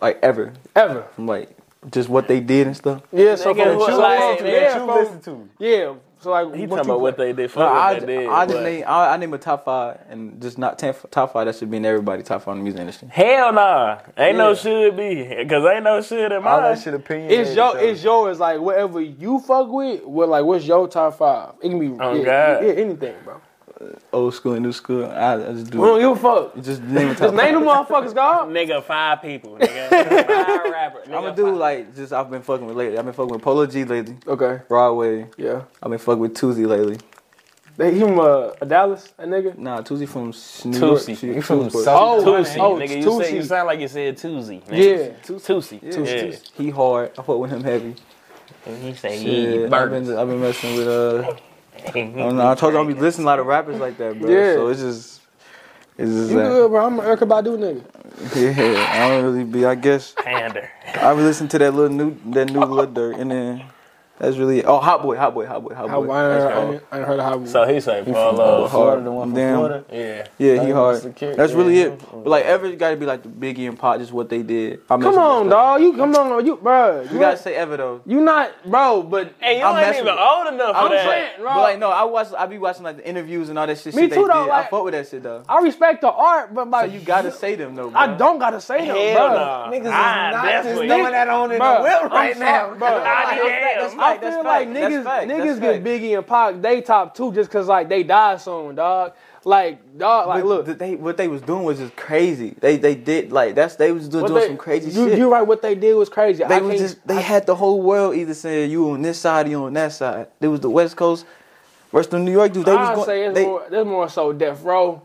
A: Like, ever.
B: ever?
A: From, like, just what they did and stuff.
B: Yeah. So
C: Nigga,
B: from
C: who
B: so,
C: like-
B: like,
C: that
B: yeah,
C: you
B: from-
C: listen
B: yeah. So like,
C: He
B: what
C: talking
B: you-
C: about what they did, fuck
A: No, I,
C: what they did.
A: I just
C: but-
A: name I, I name a top five and just not ten top five that should be in everybody top five in the music industry.
C: Hell nah,
B: Yeah.
C: ain't no should be, cause ain't no should in
E: All
C: mine.
E: that shit opinion.
B: It's your it's yours like whatever you fuck with. What like what's your top five? It can be
C: Oh,
B: yeah,
C: God.
B: yeah, anything, bro.
A: Old school and new school. I, I just
B: We
A: do.
B: don't
A: it.
B: give a fuck.
A: Just name a top.
B: Just name them motherfuckers, dog.
C: Nigga, five people. Nigga, five rapper. Nigga,
A: I'm gonna do like just I've been fucking with lately. I've been fucking with Polo G lately,
B: Okay.
A: Broadway.
B: Yeah.
A: I've been fucking with Toozy lately.
B: They he from uh, Dallas, a nigga.
A: Nah, Toozy from New York.
C: Toosie.
A: She-
E: You from
A: Toosie.
B: Oh,
E: South?
C: Toosie.
B: oh,
C: nigga,
B: it's
C: you, say,
B: Toosie.
C: you sound like you said Toosie.
B: Yeah.
C: Nigga. Toosie. Toosie. Yeah.
A: He hard. I fuck with him heavy.
C: And he say he
A: Yeah, I've
C: burns.
A: been I've been messing with uh. I don't know. I told you I'm be listening to a lot of rappers like that, bro.
B: Yeah.
A: So it's just. It's just
B: You
A: that.
B: good, bro? I'm an Erica Badu nigga.
A: Yeah, I don't really be. I guess
C: Pander.
A: I would listen to that little new that new little dirt and then that's really it. oh hot boy hot boy hot boy hot
B: How
A: boy.
B: I, ain't heard- I, ain't- I ain't heard of how.
C: So he say Polo.
E: Florida, the one from
A: Damn.
E: Florida.
C: Yeah.
A: Yeah, he
E: That
A: hard.
E: was secure-
A: That's really
E: yeah.
A: it. But like ever got to be like the Biggie and Pot, just what they did. I mess
B: come
A: with
B: on,
A: that
B: dog. You come on, you, bro.
A: stuff. You gotta say ever though.
B: you not, bro. But
C: Hey, you
A: I'm
C: ain't
A: messing
C: even
A: with-
C: old enough for
B: I'm
C: that.
B: saying, bro.
A: But like no, I watch I be watching like the interviews and all that shit.
B: Me
A: shit
B: too,
A: they
B: though,
A: Did. I
B: like-
A: fuck with that shit though.
B: I respect the art, but
A: So
B: like
A: you gotta say them though. Bro.
B: I don't gotta say no,
C: Hell
B: bro.
C: nah.
D: Niggas is
C: I
D: not just
C: definitely-
D: throwing that on in
B: Bruh,
D: the whip right
B: I'm
D: now.
B: sorry, bruh.
C: I
A: Like,
C: am.
A: that's
B: I
A: fact, that's
B: feel like
A: fact, that's
B: niggas,
A: fact,
B: niggas
A: that's
B: get
A: fact.
B: Biggie and Pac, they top two just cause like they died soon, dog. Like, dog, like
A: But
B: look,
A: th- they what they was doing was just crazy. They they did like that's they was doing,
B: what
A: doing
B: they-
A: some crazy
B: you,
A: shit.
B: You right, what they did was crazy. I
A: They
B: can't,
A: was just they had the whole world either saying you on this side, you on that side. There was the West Coast versus the New York dude. They
B: I
A: was
B: say
A: going.
B: it's
A: They,
B: more, it's more so death row.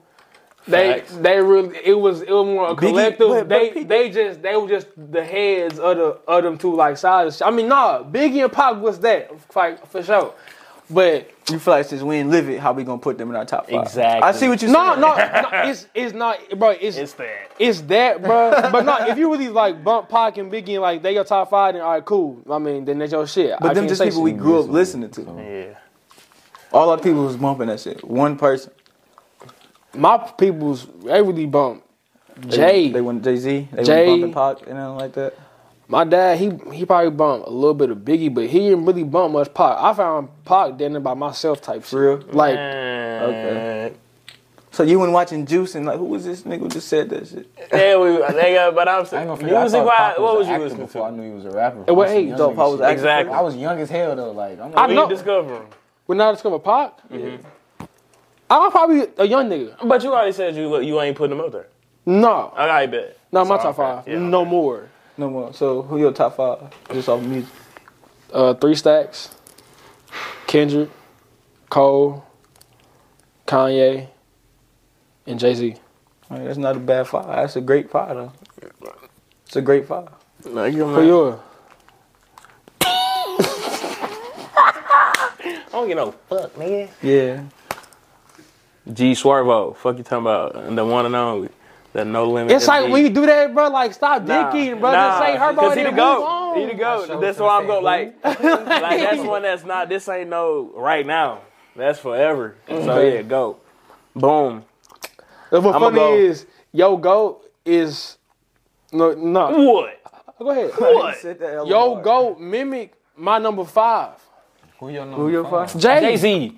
B: They
C: Facts.
B: they really it was it was more a
A: Biggie-
B: collective.
A: but- but
B: they
A: P-
B: they just they were just the heads of the of them two like sides. I mean, nah, Biggie and Pac was that like for sure, but.
A: you feel like since we ain't live it, how we gonna put them in our top five?
C: Exactly.
A: I see what you.
B: No,
A: No,
B: no, no, it's it's not, bro. It's
C: It's
B: it's,
C: that.
B: that, bro. But no, if you really like bump Pac and Biggie, and, like they your top five, then all right, cool. I mean, then that's your shit.
A: But
B: I
A: them
B: can't
A: just
B: say
A: people
B: shit.
A: we grew up listening to.
C: Yeah.
A: All our people was bumping that shit. One person.
B: My people's they really bump.
A: They-
B: Jay,
A: They went Jay Z. They
B: Jay.
A: went bumping Pac and then like that.
B: my dad, he he probably bumped a little bit of Biggie, but he didn't really bump much Pac. I found Pac then by myself type shit.
A: For real?
B: Like,
C: Okay.
A: So you went watching Juice and like who was this nigga who just said that shit?
C: Yeah, we, nigga, but I'm
E: I ain't
C: saying,
E: gonna forget. I
C: music
E: thought
C: wise,
E: Pac
C: what was
E: was
C: you
E: an actor
C: listening
E: before I
C: to?
E: knew he was a rapper.
B: At what
E: I was some
B: age,
E: young
B: though,
E: nigga
A: Pac was
E: shit.
A: acting?
C: Exactly.
E: I was young as hell though. Like I'm
B: I
E: like,
C: We
B: know-
C: discover 'em.
B: when I discovered Pac,
C: Mm-hmm.
B: I'm probably a young nigga.
C: But you already said you you ain't putting them up there.
B: No,
C: I got bet.
B: not my
C: So,
B: top
C: okay.
B: five.
C: Yeah,
B: no more.
A: No more. So who your top five just off music?
B: Uh, three stacks. Kendrick, Cole, Kanye, and Jay Z.
A: I mean, that's not a bad five. That's a great five though. It's a great five.
B: Who yours?
C: I don't get no fuck, nigga.
A: Yeah.
C: G Swervo, fuck you talking about the one and only, the no limit.
B: It's like when you do that, bro. Like stop
C: Nah,
B: dicking, bro.
C: nah,
B: Just say her, bro,
C: Cause
B: and
C: he
B: then
C: the
B: move
C: goat. He the
B: on.
C: goat. That's why I'm going like, like that's one that's not. This ain't no right now. That's forever. So yeah, goat. Boom.
B: But what
C: I'ma
B: funny
C: go.
B: is, yo goat is no, no.
C: What?
B: Go ahead.
C: What?
B: Yo goat mimic my number five.
E: who your number?
A: Who your five?
B: Jay
C: Jay
B: Z.
C: Z.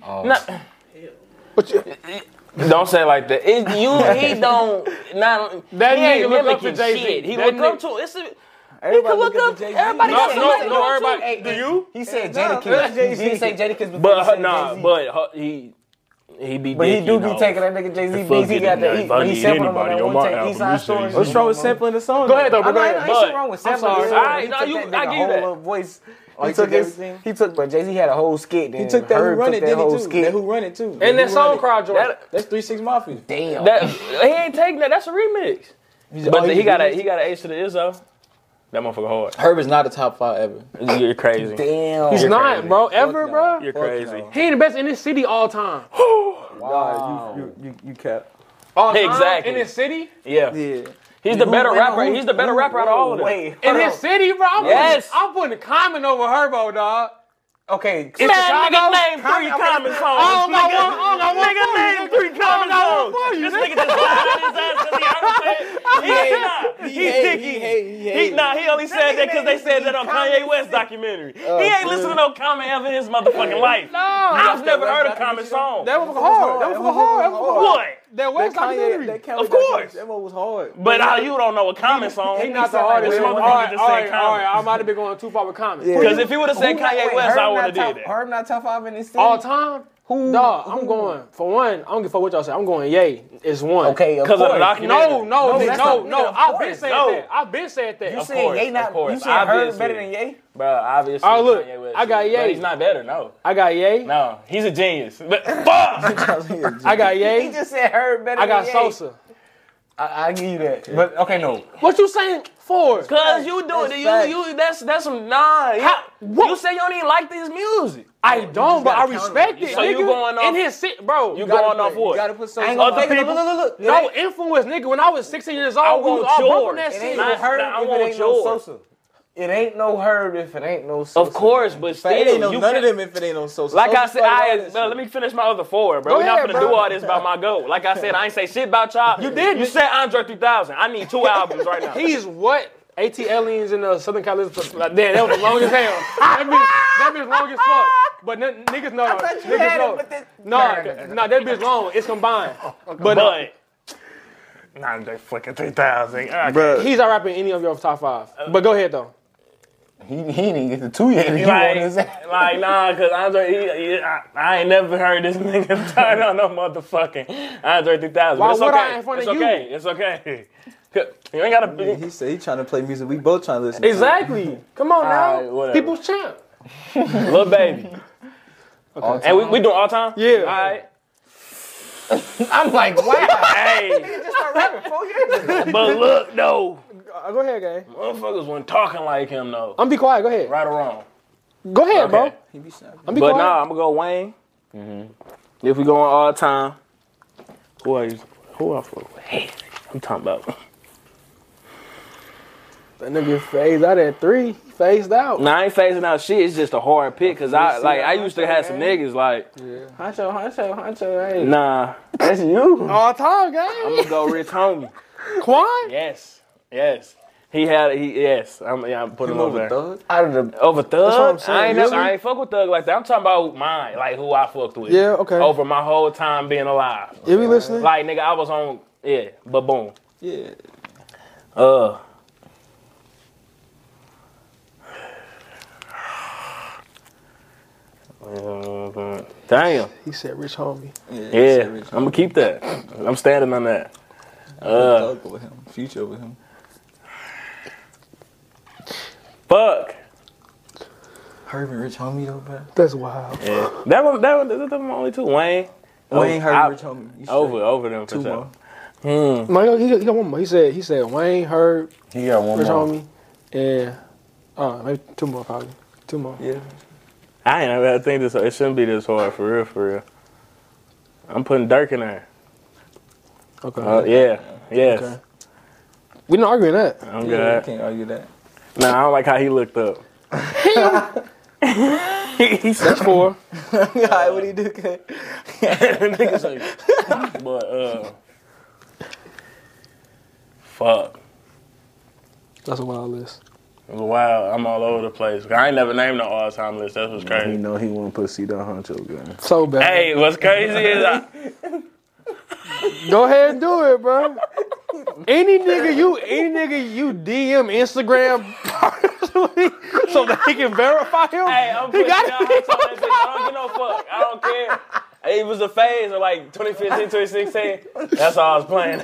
C: Don't say it like that. It, you he don't not
B: That
C: he
B: nigga
C: ain't
B: look up
C: mimicking
B: to Jay-Z.
C: shit. He
B: That
C: look up to it's a, he could look up everybody.
B: No,
C: said
B: no,
C: somebody
B: no,
C: look up to.
B: everybody-
E: Hey, hey,
C: you?
E: He said Jadakiss. He did say Jadakiss before he
C: But uh,
E: said
C: nah,
E: Jay-Z.
C: but huh, he he be.
E: But he
C: dicky,
E: do be
C: though.
E: taking that nigga Jay Z
C: If I
E: beats. He
C: get
E: got that.
C: it,
E: He,
C: if I
E: when he
C: get
E: sampled him on
C: anybody
E: that
C: on
E: one
C: my
E: take
C: album,
E: East
C: you
E: Side
C: say
E: Story.
C: Jay-Z.
A: What's wrong with sampling the song?
B: Go ahead though, bro.
E: I know,
B: Go
E: I know,
B: ahead.
E: ain't shit wrong with
C: I'm
E: sampling.
C: sorry.
E: his
C: All
E: song.
C: right,
E: He
C: no,
E: took
C: you-
E: that
C: I
E: nigga
C: give you that.
E: whole little voice.
A: he
E: He
A: took
E: took his.
A: everything?
E: He took. But Jay Z had a whole skit.
A: He took that who run it,
E: That
A: did he
E: whole
A: too? That
E: skit.
A: who run it too.
B: And that
A: Who Run
B: song
A: It.
B: crowd Jordan.
C: That-
A: That's three six mafia.
E: Damn.
C: That, he ain't taking that. That's a remix.
A: He's- oh,
C: But
A: he
C: he got a
A: remixed
C: he got an H to the Izzo. That motherfucker hard.
E: Herb is not a top five ever.
C: You're crazy.
E: Damn.
B: He's
C: You're
B: not,
C: crazy.
B: bro. Ever,
E: no.
B: bro.
C: You're crazy.
B: He ain't the best in this city all time.
A: Nah, you, you, you, you cap.
B: All time
C: Exactly.
B: in this city.
C: Yeah.
A: Yeah.
C: He's the better rapper. He's the better rapper out of all of them.
B: In his city, bro. I'm
C: Yes.
B: Putting, I'm putting Common over Herbo, dog.
E: Okay.
C: It's
B: Chicago.
C: name three common songs.
B: Oh, my God. Oh, my God.
C: Nigga name three common
B: Oh,
C: songs.
B: my God.
C: This nigga just lied his ass to the outfit. He not. He dicky. He nah. He only said that because they said that on Kanye West documentary. He ain't listening to no common ever in his motherfucking life.
B: No.
C: I've never heard a common song.
B: That was hard. That was hard. That was hard.
C: What?
B: That West documentary.
C: Of course.
A: That one was hard.
C: But uh, you don't know a common song.
B: He not the hardest.
C: This
B: one.
C: motherfucker
B: All right,
C: just
B: all
C: said
B: right,
C: common.
B: all right. I might have been going too far with Common.
C: Because if he would have said
E: Who not-
C: Kanye
E: wait,
C: West,
E: Herb
C: I
E: not
C: would have
E: top-
C: did that.
E: Herb not top five in this city?
B: All time. Who? Dog, I'm going for one. I don't give a fuck what y'all say. I'm going. Yay, it's one.
E: Okay, of
C: Because of the
E: course.
C: documentary.
B: No, no,
E: that's
B: no,
E: not-
B: no.
E: nigga, of
B: I've been
E: course.
B: saying
C: No.
B: that. I've been saying that.
E: You
C: Of
E: said
C: course,
E: Ye
C: of
E: not.
C: course,
E: You said Herb
C: obviously.
E: better than Ye.
C: Bro, obviously.
B: Oh, look,
C: Kanye West
B: I got
C: is-
B: Ye.
C: But he's not better, no.
B: I got yay.
C: No, he's a genius. But fuck!
B: I got
E: He
B: yay.
E: just said Herb better.
B: I got
E: than Ye.
B: Sosa.
E: I, I give you that. But okay, no.
B: What you saying? Four.
C: Cause you do it. You, you, that's, that's some, nah. you-
B: How- what?
C: You say you don't even like this music.
B: I don't, but I respect it.
C: So you
B: nigga.
C: going off-
B: in his si- bro?
C: You going off what?
A: gotta put some.
E: I ain't
C: Other
E: gonna take it. Look,
C: people-
E: look, look, look.
B: no influence, nigga. When I was 16 years old,
C: I
B: we was
C: want
B: all bumping
C: yours.
B: that
C: It
B: shit.
E: ain't
C: Nah,
E: no Herb
C: nah, I
E: if
C: want
E: it ain't
C: yours.
E: no Sosa. It ain't no Herb if it ain't no Sosa.
C: Of course, but still,
A: It ain't no
C: you
A: none
C: can-
A: of them if it ain't no social.
C: Like
A: Social
C: I said,
A: stuff, all
C: I
A: that
C: bro,
A: shit.
C: let me finish my other four, bro. we not
B: ahead,
C: finna do all this about my goal. Like I said, I ain't say shit about y'all. You
B: didn't.
C: You said Andre 3000. I need two albums right now.
B: He's what? AT aliens in the Southern California. Like, damn, that was long as hell. That bitch, that bitch long as fuck. But n- niggas know.
E: thought you
B: niggas
E: had it
B: know.
E: with the-
B: No, no, that bitch long. It's combined. But, uh,
C: but Andre fucking 3000. All right.
A: Bruh.
B: he's not rapping any of your top five.
C: Uh,
B: But go ahead though.
E: He, he didn't get the two yet. He
C: Like,
E: on his ass.
C: like, nah, cause Andre, he, he, I, I ain't never heard this nigga turn on no motherfucking Andre
B: Why
C: 3000. But it's
B: would
C: okay.
B: I in front
C: it's
B: of you?
C: okay. It's okay. You ain't gotta.
A: He said he trying to play music. We both trying to listen.
B: Exactly. Come on now.
C: Alright, whatever.
B: People's champ.
C: Little baby. And we, we doing all time?
B: Yeah.
C: All right.
E: I'm like, wow.
C: Hey. but look, though.
B: Uh, go ahead, gang.
C: Motherfuckers weren't talking like him, though.
B: I'm be quiet. Go ahead.
C: Right or wrong.
B: Go ahead, bro.
C: Okay.
A: He be snapping.
B: I'm be
C: But
B: quiet.
C: nah, I'm gonna go Wayne. Mm-hmm. If we going all time, who are you? Who I fuck with? Hey, I'm talking about.
B: That nigga phased out at three. Phased out.
C: Now I ain't phasing out shit. It's just a hard pick because I like I used to have some niggas like
E: Honcho, honcho, honcho. Hey.
C: nah.
E: That's you.
B: All time,
C: I'm
B: gang.
C: gonna go Rich Homie.
B: Quan.
C: Yes, yes. He had he yes. I'm yeah, I'm putting him over there.
A: Thug.
E: Out of the
C: Over
B: what I'm
C: Thug,
B: saying,
C: I ain't
B: really?
C: never, I ain't fuck with Thug like that. I'm talking about mine, like who I fucked with.
B: Yeah, okay.
C: Over my whole time being alive.
B: You be listening?
C: Like nigga, I was on yeah, but boom.
A: Yeah.
C: Uh. Damn.
B: He said, "Rich homie."
C: Yeah, I'm gonna keep that. I'm standing on that. Uh,
A: Thug with him. Future with him.
C: fuck.
A: Herb and Rich Homie though, bro.
B: That's wild.
C: Yeah. That one. That one. That's the only two. Wayne.
A: Wayne Oh, Herb
C: I-
A: Rich Homie. You
C: Over. Over them for
A: straight. Two
C: sure. Hmm.
A: more.
B: Mike, he, got- he got one more. He said, he said Wayne, Herb,
E: he got one
B: Rich
E: more.
B: Homie, and uh, maybe two more probably. Two more.
A: Yeah.
C: I ain't never had to think this. It shouldn't be this hard for real. For real. I'm putting Dirk in there.
B: Okay.
C: Uh, yeah. Yes.
B: Okay. we not arguing that.
C: I'm
A: Yeah, you
C: good.
A: can't argue that.
C: Nah, I don't like how he looked up. He's
B: That's four.
A: Alright, what do you do? Ken?
C: Niggas like, but uh, fuck.
B: That's a wild list.
C: Wow, I'm all over the place. I ain't never named no all-time list. That's what's
E: You
C: crazy.
E: know he want to put C down honcho gun.
B: So bad.
C: Hey, what's crazy is I,
B: Go ahead and do it, bro. Any nigga you, any nigga you DM Instagram personally so that he can verify him.
C: hey, I'm
B: he
C: putting down
B: got it.
C: Hunter on that bitch. I don't give no fuck. I don't care. It was a phase of like 2015, 2016. That's all I was playing.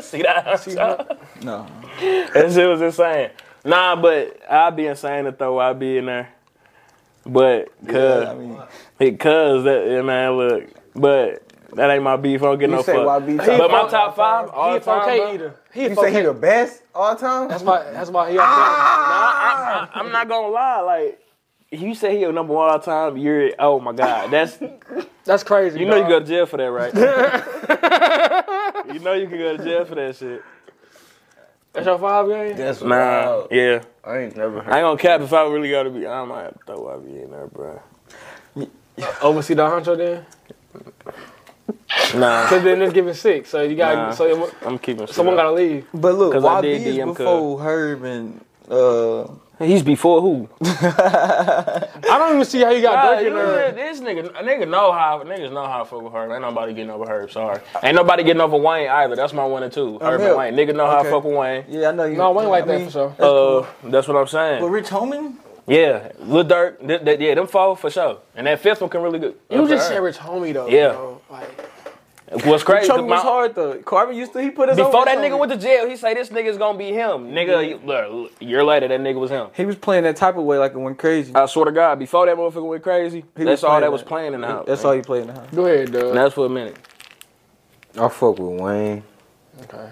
C: See that?
A: No.
C: That shit was insane. Nah, but I'd be insane to throw I'd be in there. But cuz
A: Yeah, I mean,
C: because that yeah, man look. But That ain't my beef. I don't get
D: You
C: no
D: say
C: fuck.
D: YB top
C: but my
D: five,
C: top five, all
B: He a
C: the time,
B: 4K
C: bro.
B: eater. He a
D: You
B: 4K.
D: say he the best all time?
B: that's why. That's why he. Ah!
C: I, I, I'm not gonna lie. Like you say, he a number one all the time. You're oh my god. That's
B: That's crazy.
C: you know you
B: dog.
C: go to jail for that, right? you know you can go to jail for that shit.
B: That's your five game.
E: That's
C: Nah,
E: wild.
C: yeah.
E: I ain't never heard.
C: I ain't gonna cap if I really gotta be. I might have to throw YB in there, bro.
B: Oversee the honcho then.
C: Nah,
B: Cause then it's giving six. So you got.
C: Nah.
B: to So
C: I'm keeping. shit
B: someone
C: up.
B: gotta leave.
A: But look,
C: 'Cause I
A: YB
C: did
A: is
C: DM
A: before Herb and uh,
C: He's before who?
B: I don't even see how you got
C: Nah,
B: Drake
C: you
B: in there.
C: should- this nigga, a nigga know how niggas know how to fuck with Herb. Ain't nobody getting over Herb. Sorry, ain't nobody getting over Wayne either. That's my one and two. Herb and
A: hell.
C: Wayne. Nigga know how to
A: Okay.
C: fuck with Wayne.
A: yeah, I know you.
B: No, I ain't like
A: I
B: that
A: mean,
B: for sure.
C: uh, that's what I'm saying.
A: But Rich Homie,
C: Yeah, Lil Durk, th- th- yeah, them four for sure. And that fifth one can really good.
B: You just said Rich Homie though.
C: Yeah.
B: bro. Like,
C: What's crazy?
A: Homie
C: my-
A: was hard though. Carmen used to he put his own
C: Before
A: Rich
C: that nigga
A: Homie.
C: went to jail, he say this nigga's gonna be him. Nigga, you- look, a year later, that nigga was him.
A: He was playing that type of way like it went crazy.
C: I swear to God, before that motherfucker went crazy,
A: He
C: Uh, that's
A: was
C: all
A: playing
C: that was
A: that.
C: playing in the house.
A: That's all you played in the house.
B: go ahead, dog.
C: And that's for a minute.
E: I fuck with Wayne.
B: Okay.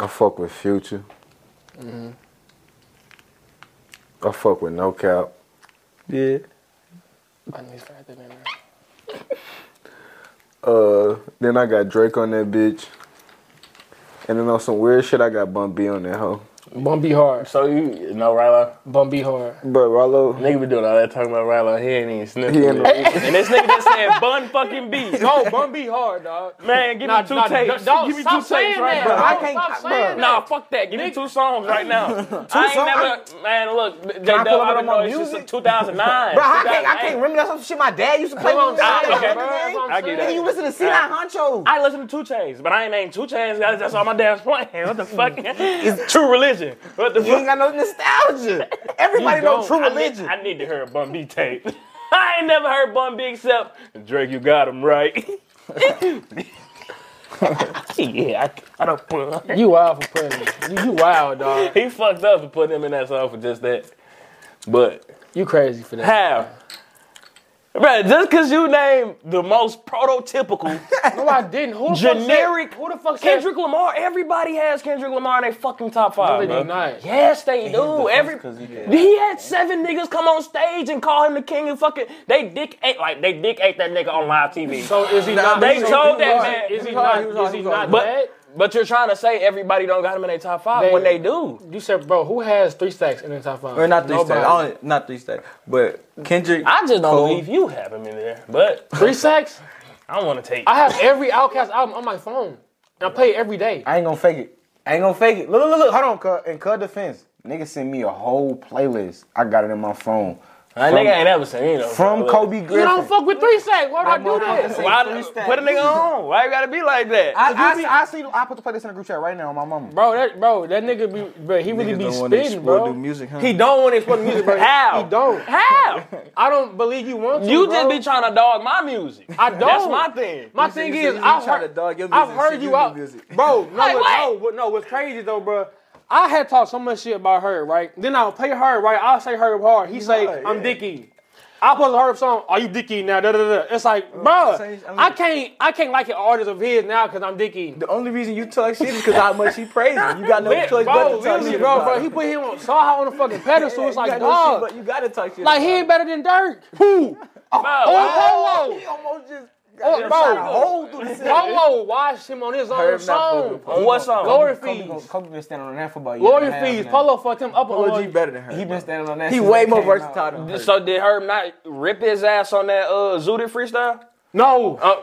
E: I fuck with Future.
C: Mm-hmm.
E: I fuck with No Cap.
A: Yeah.
B: I need to throw that in there.
E: Uh, then I got Drake on that bitch. And then on some weird shit, I got Bun B on that hoe.
B: Bum be hard.
C: So you, you know Rilo?
B: Bum be hard.
E: But Rollo,
C: Nigga be doing all that talking about Rilo. He ain't even sniffing.
E: He ain't
C: it. and this nigga just said bun fucking beat.
B: No, Bum be hard, dog.
C: Man, Oh, give
B: Oh, Nah,
C: me two
B: nah,
C: tapes.
B: don't-
C: give me two
B: stop
C: tapes
B: saying
C: right
B: that.
C: now.
B: I
D: I can't-
B: Stop saying that.
C: Nah, fuck that. Give me two songs right now. I ain't never, man. Look, J Dub,
D: pull up
C: I've
D: on
C: been
D: my
C: knowing you since
D: music?
C: 2009.
D: Bro, I can't, I can't remember that's some shit my dad used to play.
B: Come on,
D: when
B: stop,
D: he was
C: okay.
D: younger,
C: Bro,
D: man.
B: that's what
C: I
B: I'm
C: get
B: saying.
C: that.
D: And you listen to C.I. Honcho.
C: I listen to Two Chains, but I ain't named Two Chains. That's that's all my dad's playing. What the fuck? It's True Religion. What the
D: You ain't
C: fuck?
D: got no nostalgia. Everybody know
C: don't.
D: true
C: I need-
D: religion.
C: I need, to hear a Bun B tape. I ain't never heard Bun B except Drake. You got him right. yeah, I, I don't put.
B: You wild for putting you, you wild, dog.
C: He fucked up for putting him in that song for just that. But
B: You crazy for that.
C: How? Bruh, just cause you name the most prototypical
B: No, I didn't. Who the Fuck
C: Generic
B: said, who the fuck said
C: Kendrick Lamar, everybody has Kendrick Lamar in their fucking top
B: No,
C: five.
B: they
C: bruh.
B: do not.
C: Yes, they do. Every he had seven niggas come on stage and call him the king of fucking. They dick ate like they dick ate that nigga on live TV.
B: So is he not?
C: they
B: so
C: told
B: is
C: that
B: he-
C: man.
B: Is he
C: He
B: not?
A: he was
B: Is
A: hard,
B: he
A: he was
B: not
A: hard.
C: but
B: bad?
C: but you're trying to say everybody don't got him in their top five
B: They-
C: when they do.
B: You said, bro, who has three stacks in the top five?
A: Or not three
B: Nobody.
A: stacks. I don't, not three stacks. But Kendrick.
C: I just don't
A: Cole.
C: believe you have him in there. But
B: Three stacks?
C: I want to take.
B: I have every Outcast album on my phone. And I play it every day.
E: I ain't gonna fake it. I ain't gonna fake it. Look, look, look, look. Hold on, cut. In cut defense, nigga sent me a whole playlist. I got it in my phone.
C: That nigga ain't ever seen you know,
E: From
C: look.
E: Kobe
B: You don't
E: Griffin.
B: fuck with three stacks. Why would I do that?
C: Why put a nigga on? Why you gotta be like that?
E: I, I, I see. I put the playlist in the group chat right now on my mama.
B: Bro, that bro, that nigga be, bro, he really
A: Niggas
B: be
A: don't wanna
B: spitting,
A: explore new
B: bro.
A: music, huh?
B: He don't want to explore music, bro.
C: How?
B: He don't.
C: How?
B: I don't believe you want to.
C: You
B: bro.
C: just be trying to dog my music.
B: I don't.
C: That's my thing.
B: My thing
A: you
B: is,
A: said you
B: I've
A: trying
B: heard,
A: to dog your
B: I've
A: music,
B: heard
A: shit,
B: you
A: you
B: out,
A: new music.
B: bro. No,
C: Like,
B: what-
C: what?
B: no, what- no. What's crazy though, bro? I had talked so much shit about her, right? Then I'll play her, right? I'll say her hard. He say,
A: Right,
B: "I'm
A: yeah.
B: Dicky." I post a her song. Are you Dicky now? Da, da, da. It's like,
A: Oh,
B: bro,
A: same- I mean-
B: I can't, I can't like an artist of his now because I'm Dicky.
A: The only reason you talk shit is because how much he praised him. You got no choice but
B: Bro,
A: to talk
B: literally,
A: shit
B: bro,
A: about
B: bro.
A: him.
B: He put him on saw her on the fucking pedestal. It's
A: You
B: like,
A: got no shit,
B: dog,
A: but you gotta Oh, talk shit.
B: like he
A: about
B: ain't better than Dirk. Who?
C: Bro,
B: Polo.
A: almost just
B: Oh, bro,
A: hold through the
B: Polo watched him on his own
A: Herb not fucking
B: song.
A: with
C: what song?
B: Glory fees.
E: Kobe been standing on that for about a year
B: Glory
E: and a half
B: fees.
E: now.
B: Polo fucked him up
A: Polo G
B: on.
A: better than her.
E: He been standing on that.
A: Oh, He
E: since
A: way
E: that
A: more
E: came out.
A: versatile than her.
C: So did Herb not rip his ass on that uh Zooted freestyle?
B: No,
C: Uh,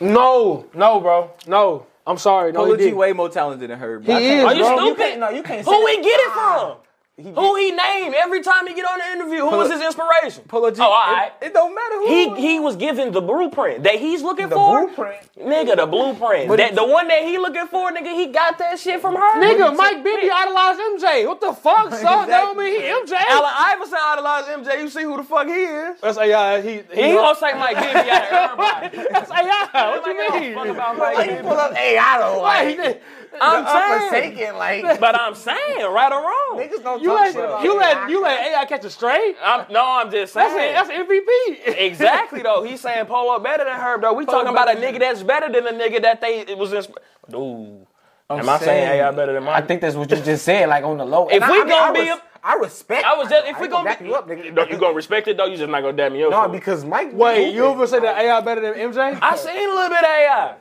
B: no, no, bro, no. I'm sorry. No,
A: Polo G
B: he did.
A: way more talented than her.
B: He
A: Bro.
B: is,
C: are you
B: bro.
C: stupid?
E: No, you can't.
C: Who
E: say
C: we get it from? Who he named every time he get on the interview? Who was his inspiration?
A: Polo G.
C: Oh, all right.
A: It, it don't matter who.
C: He he was given the blueprint that he's looking
E: The
C: for.
E: blueprint.
C: Nigga, the blueprint. That, the one that he looking for, nigga, he got that shit from her.
B: Nigga, Mike Bibby idolized MJ. What the fuck, son? That don't mean he
C: Allen
B: MJ.
C: Iverson idolized MJ. You see who the fuck he is.
B: That's AI. He,
C: And he gonna say Mike Bibby out of everybody.
B: That's AI. What you
C: Nobody give a fuck
B: mean?
C: about Mike Bibby.
D: Pull up AI though.
B: Why he did-
C: I'm saying,
E: Forsaken, like
C: but I'm saying, right or wrong.
E: niggas don't
B: You
E: talk shit
B: let
E: about
B: you
E: me.
B: let you let AI catch a stray.
C: I'm, no, I'm just
B: That's
C: saying.
B: that's MVP.
C: Exactly though. He's saying Polo up better than Herb though. We talking about a nigga that's better than the nigga that they it was in. Dude, am I saying AI better than
E: I
C: mine?
E: think that's what you just said, like on the low.
C: If
E: And
C: we
E: I, I mean,
C: gonna
E: I
C: be
E: res-
C: a-
E: I respect.
C: I was just if we gonna
E: gonna back
C: be,
E: you up, nigga.
C: No, you gonna respect it though. You just not gonna damn me up.
E: No,
C: for it.
E: because Mike.
B: Wait, you ever say that AI better than MJ?
C: I seen a little bit of AI.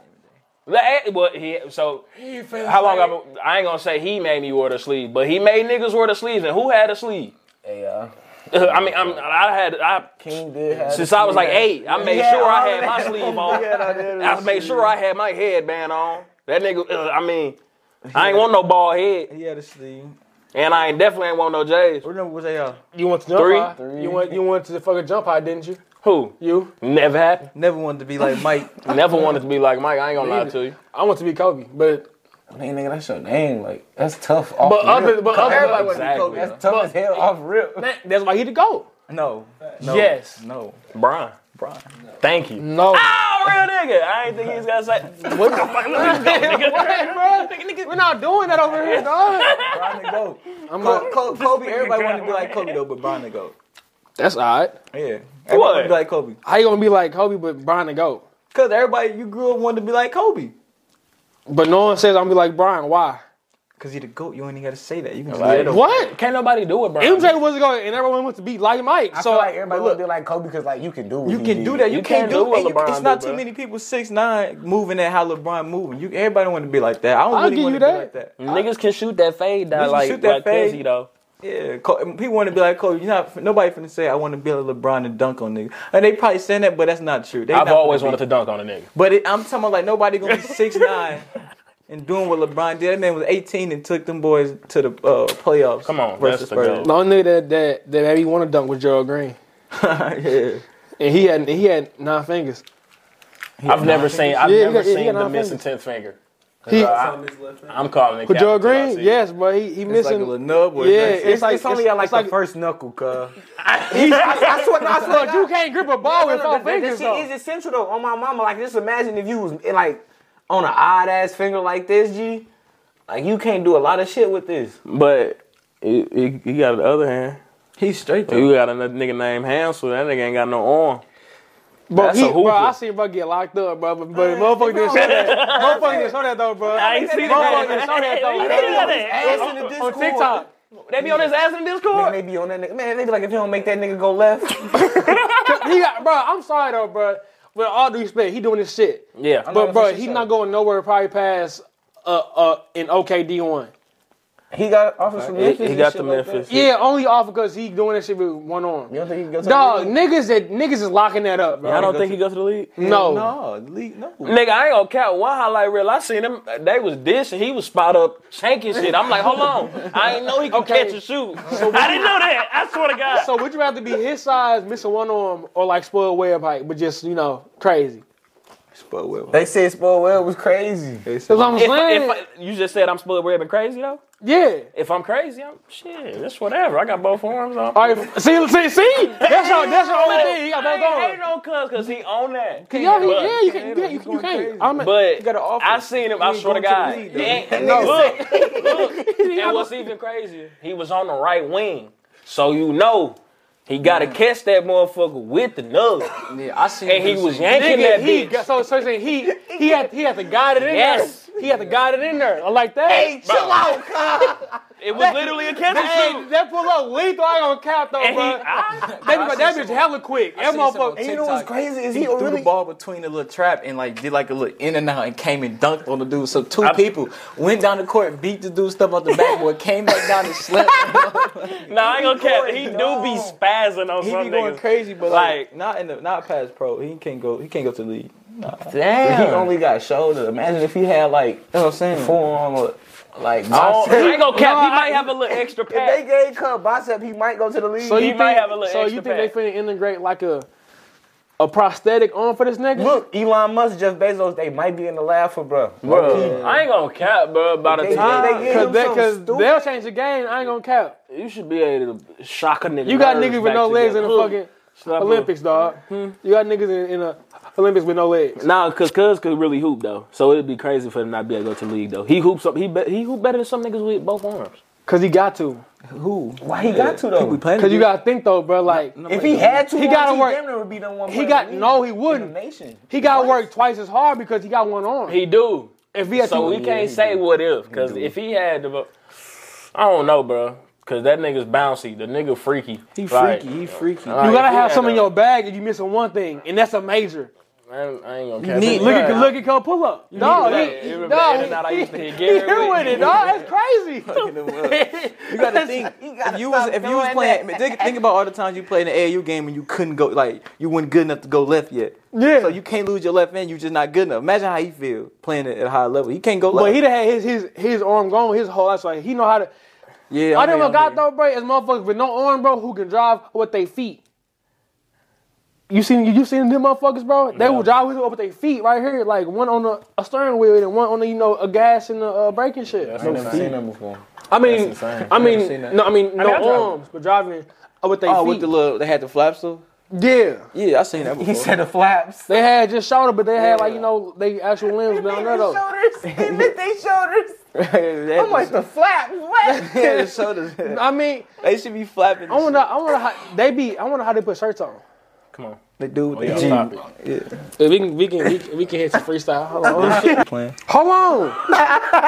C: The A- well, he so how long? I've- I, ain't gonna say he made me wear the sleeve, but he made niggas wear the sleeves, and who had a sleeve?
E: AI.
C: I mean, I'm, I had I
E: uh, King did have
C: since
E: the
C: I was like
E: sleeve.
C: eight. I made
E: Yeah,
C: sure I
E: all
C: had
E: that.
C: my sleeve on. I made sure I had my headband on. That nigga, uh, I mean, I ain't want no bald head,
A: He had a sleeve.
C: and I ain't definitely ain't want no J's.
A: What number was uh, they on?
B: You went to jump
C: Three.
B: high. You went you went to the fucking jump high, didn't you?
C: Who
B: You.
C: never happened?
A: Never wanted to be like Mike.
C: Never wanted to be like Mike. I ain't gonna lie to you.
B: I want to be Kobe, but
E: I mean, nigga, that's your name. Like that's tough. Off
B: but
E: the rip.
B: other but other
E: Everybody wanna be Kobe.
C: Exactly.
E: That's tough as hell off rip.
B: that- that's why he the goat.
A: No. no
B: Yes.
A: No.
C: Brian.
A: Brian.
C: Thank you.
B: No.
C: Oh, real nigga. I ain't think he's gonna say. What the fuck? Look at this nigga.
B: We're not doing that over here, dog.
A: Brian the goat.
B: I'm
A: Col-
B: not,
A: Col- Kobe. Everybody wanted to be like Kobe though, but Brian the goat.
B: that's all right.
A: Yeah. Everybody wanted to
C: What?
A: be like Kobe.
B: How you gonna be like Kobe but Brian the goat?
A: Cause everybody you grew up wanted to be like Kobe.
B: But no one says I'm gonna be like Brian. Why?
A: Cause he the goat. You ain't even gotta say that. You can just
C: Right.
A: let it over.
B: What?
C: Can't nobody do it, bro.
B: MJ was going and everyone wants to be like Mike.
E: I
B: so
E: feel like everybody
A: but
E: look,
A: look-
E: be like Kobe because like you can do what
A: You
E: he
A: can
E: did.
A: do that. You, can't, do,
C: what
A: and you-
C: LeBron
A: It's not
C: do,
A: too
C: bruh.
A: many people six nine moving at how LeBron moving. You everybody want to be like that. I don't
B: I'll
A: really
B: give
A: want
B: you
A: to be
B: that.
A: like that.
C: Niggas can shoot that fade
A: Niggas
C: down
A: can
C: like,
A: shoot that
C: like
A: fade.
C: Quincy, though.
A: Yeah, Col- people want to be like Kobe. You not nobody finna say I want to be like LeBron and dunk on niggas, and they probably saying that, but that's not true. They
C: I've
A: not
C: always
A: finna be-
C: wanted to dunk on a nigga.
A: But it, I'm talking about like nobody gonna be six nine and doing what LeBron did. That man was 18 and took them boys to the uh, playoffs.
C: Come on,
A: versus
C: that's the
A: Spurs.
B: the only nigga that that that maybe want to dunk was Gerald Green,
A: yeah,
B: and he had he had nine fingers.
C: I've never seen. I've
B: Yeah, he
C: never
B: got- he
C: seen
B: got
C: the
B: nine
C: missing
B: fingers.
C: tenth finger.
B: He,
F: It's on his left hand.
C: I'm calling it.
B: with
C: cap
B: Gerald
C: until I
B: Green,
C: see it.
B: yes, but he he
A: it's like a
B: missing.
A: little nub. Or
B: yeah,
A: something.
B: it's, like
E: It's only at like
B: it's
E: the
B: like
E: first knuckle, cuz.
B: I swear, no, I swear, you can't grip a ball with
E: No,
B: four
E: no, that-
B: fingers.
E: That shit is essential though. On my mama, like just imagine if you was eh, like on an odd ass finger like this, G. Like you can't do a lot of shit with this.
C: but you- you you got the other hand.
A: he's straight though.
C: You got another nigga named Hansel. That nigga ain't got no arm.
B: But
C: That's
B: he,
C: a hooper.
B: bro, I seen bro get locked up, bro. But, but motherfucker didn't show that. motherfucker didn't show that though, bro.
C: I ain't seen
B: Motherfucker didn't show that though.
E: On
B: On TikTok,
C: They be on his ass in the
E: Man,
C: Discord.
E: they be on that nigga. Man, they be like, if you don't make that nigga go left,
B: he got, bro. I'm sorry though, bro. With all due respect, he doing this shit.
C: Yeah,
B: But bro,
E: for
B: he
E: sure.
B: not going nowhere. Probably past uh uh in OKD one.
E: he got off of some
C: he,
E: Memphis.
C: he
E: and
C: got
E: shit
C: the
E: like that.
C: Memphis.
B: Yeah, only off because he doing that shit with one arm.
E: You don't think he can go to
B: Dog,
E: the league?
B: niggas that niggas is locking that up, bro.
C: I don't think he go to the league.
B: No.
A: No, the league, no.
C: Nigga, I ain't gonna count one highlight reel. I seen him. They was dishing. He was spot up shanking shit. I'm like, hold on. I ain't know he could
B: Okay.
C: catch a shoot. I didn't know that. I swear to God.
B: So would you rather be his size, missing one arm, or like spoiled web height, but just you know crazy?
A: Spud Webb.
E: They said Spoilwell was crazy.
A: They said-
B: That's what I'm
C: if,
B: saying.
C: if I- you just said I'm split web and crazy though.
B: yeah.
C: If I'm crazy, I'm shit. It's whatever. I got both arms
B: All
C: on.
B: right. See, see, see. That's your that's your only thing. He got both
C: I ain't
B: arms.
C: no cuz cuz he own that.
B: Yeah, he,
C: But-
B: yeah, you can, yeah, you, you can't. I'm
C: But
A: got an offer.
C: I seen him. I
A: ain't
C: swear to
A: going to the
C: God.
A: league,
C: He
A: though.
C: ain't- look, look. And what's even crazier, he was on the right wing, so you know he got to catch that motherfucker with the nub,
A: Yeah, I seen.
C: and he
A: this-
C: was yanking
B: nigga,
C: that
B: he
C: bitch.
B: got, so so saying he he had he had to guide it in
C: Yes.
B: there. He had to guide it in there. I like that.
C: chill out, It was literally a catch and
B: Hey,
C: shoot.
B: that pull up lethal. I don't count though,
C: And he,
B: bro.
C: I,
B: That, bitch- that bitch hella quick. That
A: seen some on
B: motherfucker.
A: TikTok.
E: You know what's crazy is
A: He
E: he
A: threw
E: really
A: the ball between the little trap and like did like a little in and out and came and dunked on the dude. So two people went down the court, beat the dude stuff off the backboard, came back down and slept.
C: nah, I ain't gonna cap. He do be spazzing on
A: he
C: some
A: be going
C: niggas.
A: crazy, but
C: Like-
A: like, not in the not past pro. He can't go. He can't go to the league.
E: He only got shoulder. Imagine if he had like
A: That's what I'm saying.
E: forearm or like
C: Oh,
E: bicep.
C: I ain't gonna cap. he might have a little extra
E: If
C: pack.
E: they gave Cub bicep, he might go to the league.
B: So
C: He
B: you
C: might
B: think,
C: have a little
B: so you
C: extra
B: think they finna integrate like a a prosthetic arm for this nigga?
E: Look, Elon Musk, Jeff Bezos, they might be in the lab for bro.
C: Bro, I ain't gonna cap, bro. By the
E: They-
C: time
E: they get
B: Cause,
E: him
B: they,
E: something
B: cause
E: stupid.
B: they'll change the game. I ain't gonna cap.
C: you should be able to shock a nigga.
B: You got
C: nerves
B: niggas with
C: back
B: no legs in the
C: together. Hmm.
B: fucking Olympics, dog. You got niggas in, in a Olympics with no legs.
E: Nah, cause Cuz could really hoop though, so it'd be crazy for him not to be able to go to the league though. He hoops up. He be, he hoop better than some niggas with both arms.
B: Cause he got to.
E: Why he got to though?
B: Cause you gotta think though, bro. Like
E: If he had to,
B: He gotta work.
E: would be the one.
B: he got no, he wouldn't.
E: nation.
B: He got to work twice as hard because he got one arm.
C: He do.
B: if he had
C: So
B: two,
C: we can't say what if, because if he had the, I don't know, bro, because that nigga's bouncy. The nigga freaky.
A: He
C: Like,
A: freaky. He freaky.
B: you gotta
C: if he
B: have
C: had
B: some in
C: a-
B: your bag, and you missing one thing, and that's a major.
C: I ain't, I ain't gonna catch
A: need-
C: it.
B: Look at look at Cole pull up. No,
C: Like,
B: he,
C: remember
B: no,
C: in
B: he,
C: and out I used to
B: he-
C: hit
B: he
C: Gary
B: here with it. No, that's crazy.
A: You gotta think. if you was if you was playing, think, think about all the times you played an AAU game and you couldn't go like you weren't good enough to go left yet.
B: Yeah.
A: So you can't lose your left hand. You just not good enough. Imagine how he feel playing it at a high level. He can't go left.
B: But he done had his his his arm gone his whole life. So like, he know how to.
A: yeah.
B: I
A: I'm
B: done
A: here,
B: what got
A: I'm
B: though, bro, is motherfuckers with no arm, bro, who can drive with their feet. You seen you seen them motherfuckers, bro? They will drive with with their feet right here, like one on the, a steering wheel and one on the you know a gas and the uh, braking shit. I mean, I mean, no, I mean no arms, but driving uh, with their
A: Oh,
B: feet.
A: with the little, they had the flaps though.
B: yeah,
A: Yeah, I seen that before. He said
B: they had just shoulder, but they had like you know they actual limbs down there though.
A: I'm like the flap. What? yeah, the shoulders.
B: I mean,
A: they should be flapping.
B: I wonder, I wonder how they be. I wonder how they put shirts on.
A: They do with the G.
B: We can, we can, we can, we can hit some freestyle. Hold on.
A: Playing.
B: Hold on.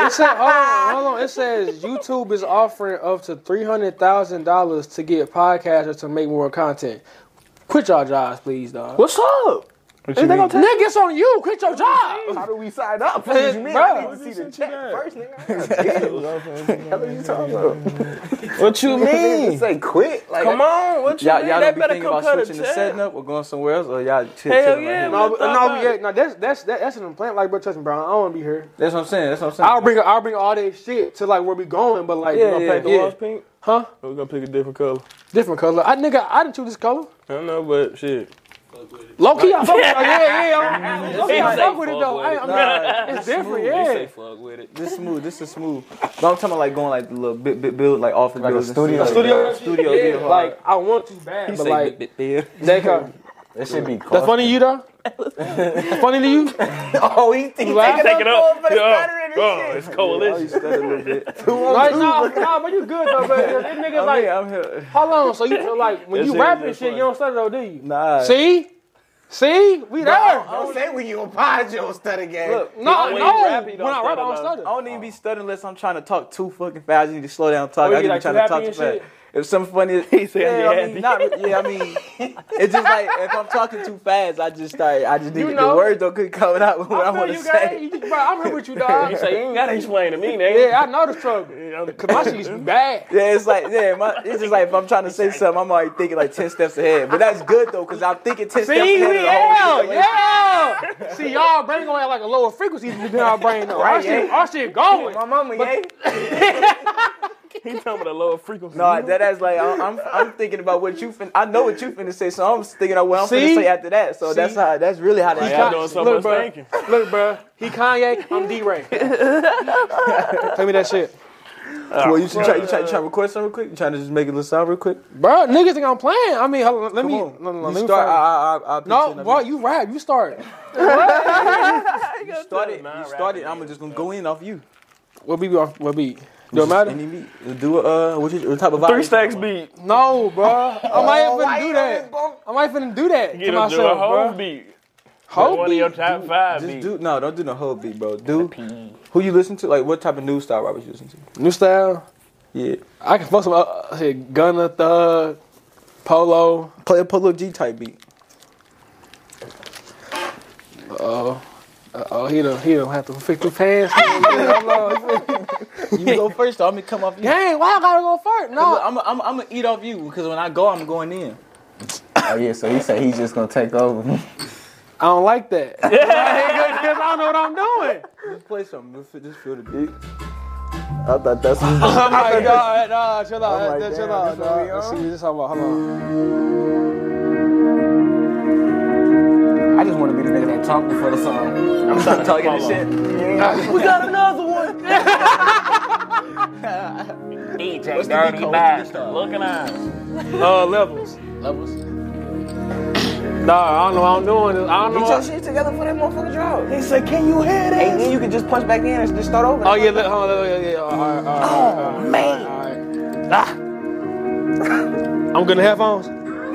B: It said, hold on, hold on. It says YouTube is offering up to three hundred thousand dollars to get podcasters to make more content. Quit your jobs, please, dog. What's up? What
D: mean?
B: Nigga, it's on you. Quit your job.
D: How do we sign up? What
B: Hey,
D: you mean?
B: bro.
D: I need to see the check first, nigga. What are you talking about?
C: What you
D: Niggas
C: mean?
D: Say quit. Like,
C: Come on, what you
A: Y'all,
C: mean?
A: y'all
C: They
A: don't be
C: better
A: thinking
C: come
A: about
C: cut a
A: switching the
C: check.
A: setting up or going somewhere else, or y'all chill,
C: Hell
A: chilling
C: yeah,
A: right here.
C: man.
B: No, but- no, we- yeah, no. That's that's that, that's an plan. Like, bro, trust me, bro. I don't want to be here.
A: That's what I'm saying. That's what I'm saying.
B: I'll bring I'll bring all that shit to like where we going, but like,
A: Yeah,
B: you know,
A: yeah,
B: paint the
A: yeah.
B: walls pink, huh?
C: We're gonna pick a different color.
B: Different color. I nigga, I didn't choose this color.
C: I don't know, but shit.
B: Low key, I fuck with it. Like, yeah, yeah. Low key, I
C: Say
B: fuck with it
C: fuck
B: though.
C: with
B: I,
C: it.
B: I'm
A: Nah,
B: it's different,
C: They
B: yeah.
C: say fuck with it.
A: This smooth. This is smooth. But I'm talking about like going like the little bit, bit build like office
D: a
A: buildings. and
D: studio.
A: shit.
B: Studio,
A: Studio, yeah,
B: yeah.
A: hard.
B: Like I want to bad, but
A: Say
B: like
A: bit, bit build.
B: they come.
D: that should be
B: That's
D: close.
B: funny to you though. funny to you?
D: Oh, he thinks
B: You laugh?
C: Take it up. Yeah. Oh, it's
A: Oh, you
C: coalition.
A: stutter a little bit.
B: Like, nah, nah, but you good though, but this nigga's
A: I'm here.
B: like,
A: I'm here.
B: hold on. So you like when
C: This
B: you
C: here is
B: rapping
C: just
B: shit,
C: like-
B: you don't stutter though, do you?
A: Nah.
B: See, see, we there.
D: Don't say when you apologize, you'll stutter again.
A: Look,
B: No,
C: when
B: no.
C: you
B: When
C: rap,
B: I rap,
C: you don't
B: I
C: stutter,
B: don't
C: though.
A: I
B: stutter.
A: don't even be stuttering unless I'm trying to talk too fucking fast. I need to slow down and talk.
B: you
A: I need
B: like
A: to try
B: too
A: to
B: happy
A: talk too
B: and
A: fast.
B: shit?
A: If something funny, he
C: said
A: yeah,
C: you
A: I mean,
C: happy.
A: not, re- yeah, I mean, it's just like if I'm talking too fast, I just start, I just need
B: You
A: to, the
B: know.
A: words don't could come out what I,
B: I
A: want
B: feel
A: to
B: you, guys.
A: say.
B: You- Bro, I'm here with you, dog.
C: You say you ain't gotta explain to me, nigga.
B: Yeah, I know the struggle. Cause my shit's bad.
A: Yeah, it's like yeah, my, it's just like if I'm trying to say something, I'm already thinking like ten steps ahead. But that's good though, cause I'm thinking ten steps
B: See,
A: ahead.
B: we
A: of the whole
B: yeah, yeah. See, y'all brain going at like a lower frequency than our brain. Though. Our, shit, our shit going.
D: my mama, yeah.
C: He talking about a lower frequency.
A: No, that that's like I'm, I'm I'm thinking about what you fin- I know what you finna say, so I'm thinking about what I'm
B: See?
A: finna say after that. So that's
B: See?
A: how that's really how that.
C: Y'all doing so
B: Look,
C: much
B: bro.
C: thinking.
B: Look, bro, he Kanye, I'm D Ray. Tell me that shit,
A: Well, you should try. You try, you try to record something real quick. You trying to just make it little sound real quick.
B: bro. Niggas think I'm playing. I mean, hold on, let
A: Come
B: me
A: on.
B: no, no, no,
A: you
B: let me
A: start.
B: find-
A: I, I, I,
B: no, bro, you rap, you start.
A: you started.
C: Nah,
A: You
C: rap
A: started. I'm just gonna go in off you.
B: What beat? we off- What beat? Don't
A: Just
B: matter.
A: Any beat. Do a, uh, what, you, what type of vibe?
C: Three stacks beat.
B: No, bro. I might finna do that. I might finna do that to
C: Get him to a
B: myself,
C: whole
B: bro.
C: beat.
B: Whole
C: One of your
B: beat.
C: top five
A: Just
C: beats.
A: do no. Don't do no whole beat, bro. Do who you listen to? Like what type of news style rappers you listen to?
B: New style.
A: Yeah,
B: I can fuck some uh, shit, Gunna, Thug, Polo.
A: play a Polo G type beat.
B: Oh, oh, he don't, he don't have to fix the pants.
A: You go first, though. I'm gonna come off you.
B: Dang, why I gotta go first? No,
A: I'm, I'm, I'm gonna eat off you because when I go, I'm going in.
D: Oh, yeah, so he said he's just gonna take over.
B: I don't like that. 'Cause I don't know what I'm doing.
A: Just play something. Just, just feel the beat.
D: I thought that's
B: I'm like, nah, nah, chill out,
D: like,
B: nah,
D: damn,
B: chill out,
D: this what
B: nah.
D: we
B: Let's see
D: on?
B: what this talking about. Hold on.
D: I just wanna be the nigga that talk before the song.
A: I'm not talking this shit.
B: We got another one.
C: DJ Dirty Bastard. Looking eyes.
B: Uh, levels. Levels. Nah, I don't know what I'm doing. this. I don't know. what-
E: Get your shit together for that motherfucker draw.
A: He said, "Can you hear that?"
E: And then you can just punch back in and just start over. Oh,
B: Oh yeah, let, hold on, let- yeah, yeah, yeah. All right, all right, all right, all right, all right.
E: man.
B: Ah. I'm gonna have phones.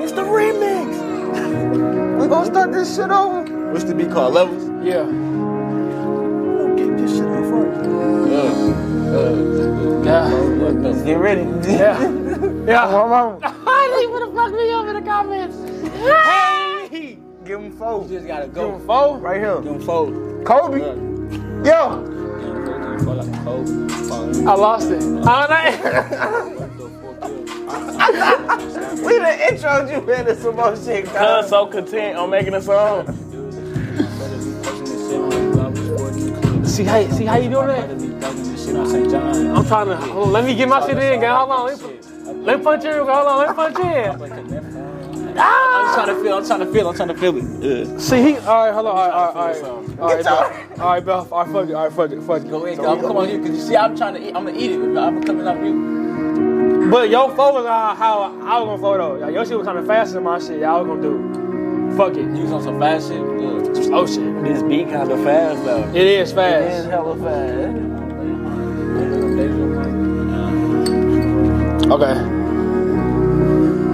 E: It's the remix. we gonna start this shit over.
A: What's the beat called? Levels.
B: Yeah.
E: Get this shit on first. Uh,
B: Yeah.
E: Get ready.
B: Yeah. yeah.
E: Give him four.
H: just gotta
B: Give
H: go.
B: him four.
E: Right here.
H: Them fold.
D: Kobe. Yo.
B: I lost it. I don't
E: We done introed you into some more shit,
C: Cuz
E: cuz.
C: so content on making a song.
B: know. See how see how you doing that? I'm trying to. Hold on, let me get my shit in, gang. Hold on. Let me, let me punch in. Hold on. Let me punch in.
H: I'm trying to feel. I'm trying to feel. I'm trying to feel it. Yeah.
B: See he. All right. Hold on. All right. All right. All right. All right, Beth. All right, Beth. All right. Fuck it. All right. Fuck it. Fuck it.
H: Go ahead. I'm come on you because you see, I'm trying to eat. I'm gonna eat it. I'm coming up you.
B: But your flow was how, how I was gonna flow though. Y'all, your shit was kind of faster than my shit. Y'all was gonna do. Fuck it.
H: You was on some fast shit. Yeah.
B: Slow shit.
E: This beat kind of fast, though.
B: It is
E: It is
B: fast.
E: hella fast.
B: Okay.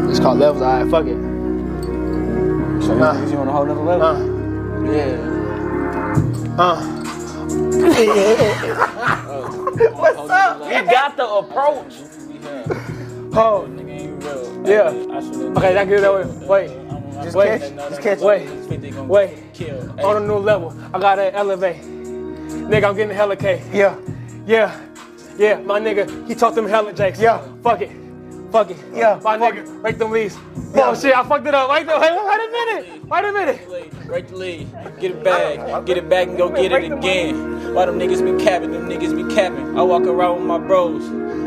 B: It's called levels. Alright, fuck it.
E: So,
B: Nah.
E: you on a whole nother level?
B: Uh,
E: Yeah.
B: uh.
E: What's up?
C: He got the approach.
B: Hold. Yeah. Okay, that good. That way. Wait.
E: Just
B: Wait.
E: catch it. Just catch it.
B: Wait. Wait. On a new level. I gotta elevate. Nigga, I'm getting hella K.
E: Yeah.
B: Yeah. Yeah. My nigga, he taught them hella jakes.
E: Yeah.
B: Fuck it. Fuck it.
E: Yeah,
B: My
E: fuck
B: nigga, break them leaves. Oh shit, I fucked it up. Wait, wait, wait a minute. Wait a minute.
H: Break the lead, get it back, get it back and go get it again. Why them niggas be capping, them niggas be capping. I walk around with my bros,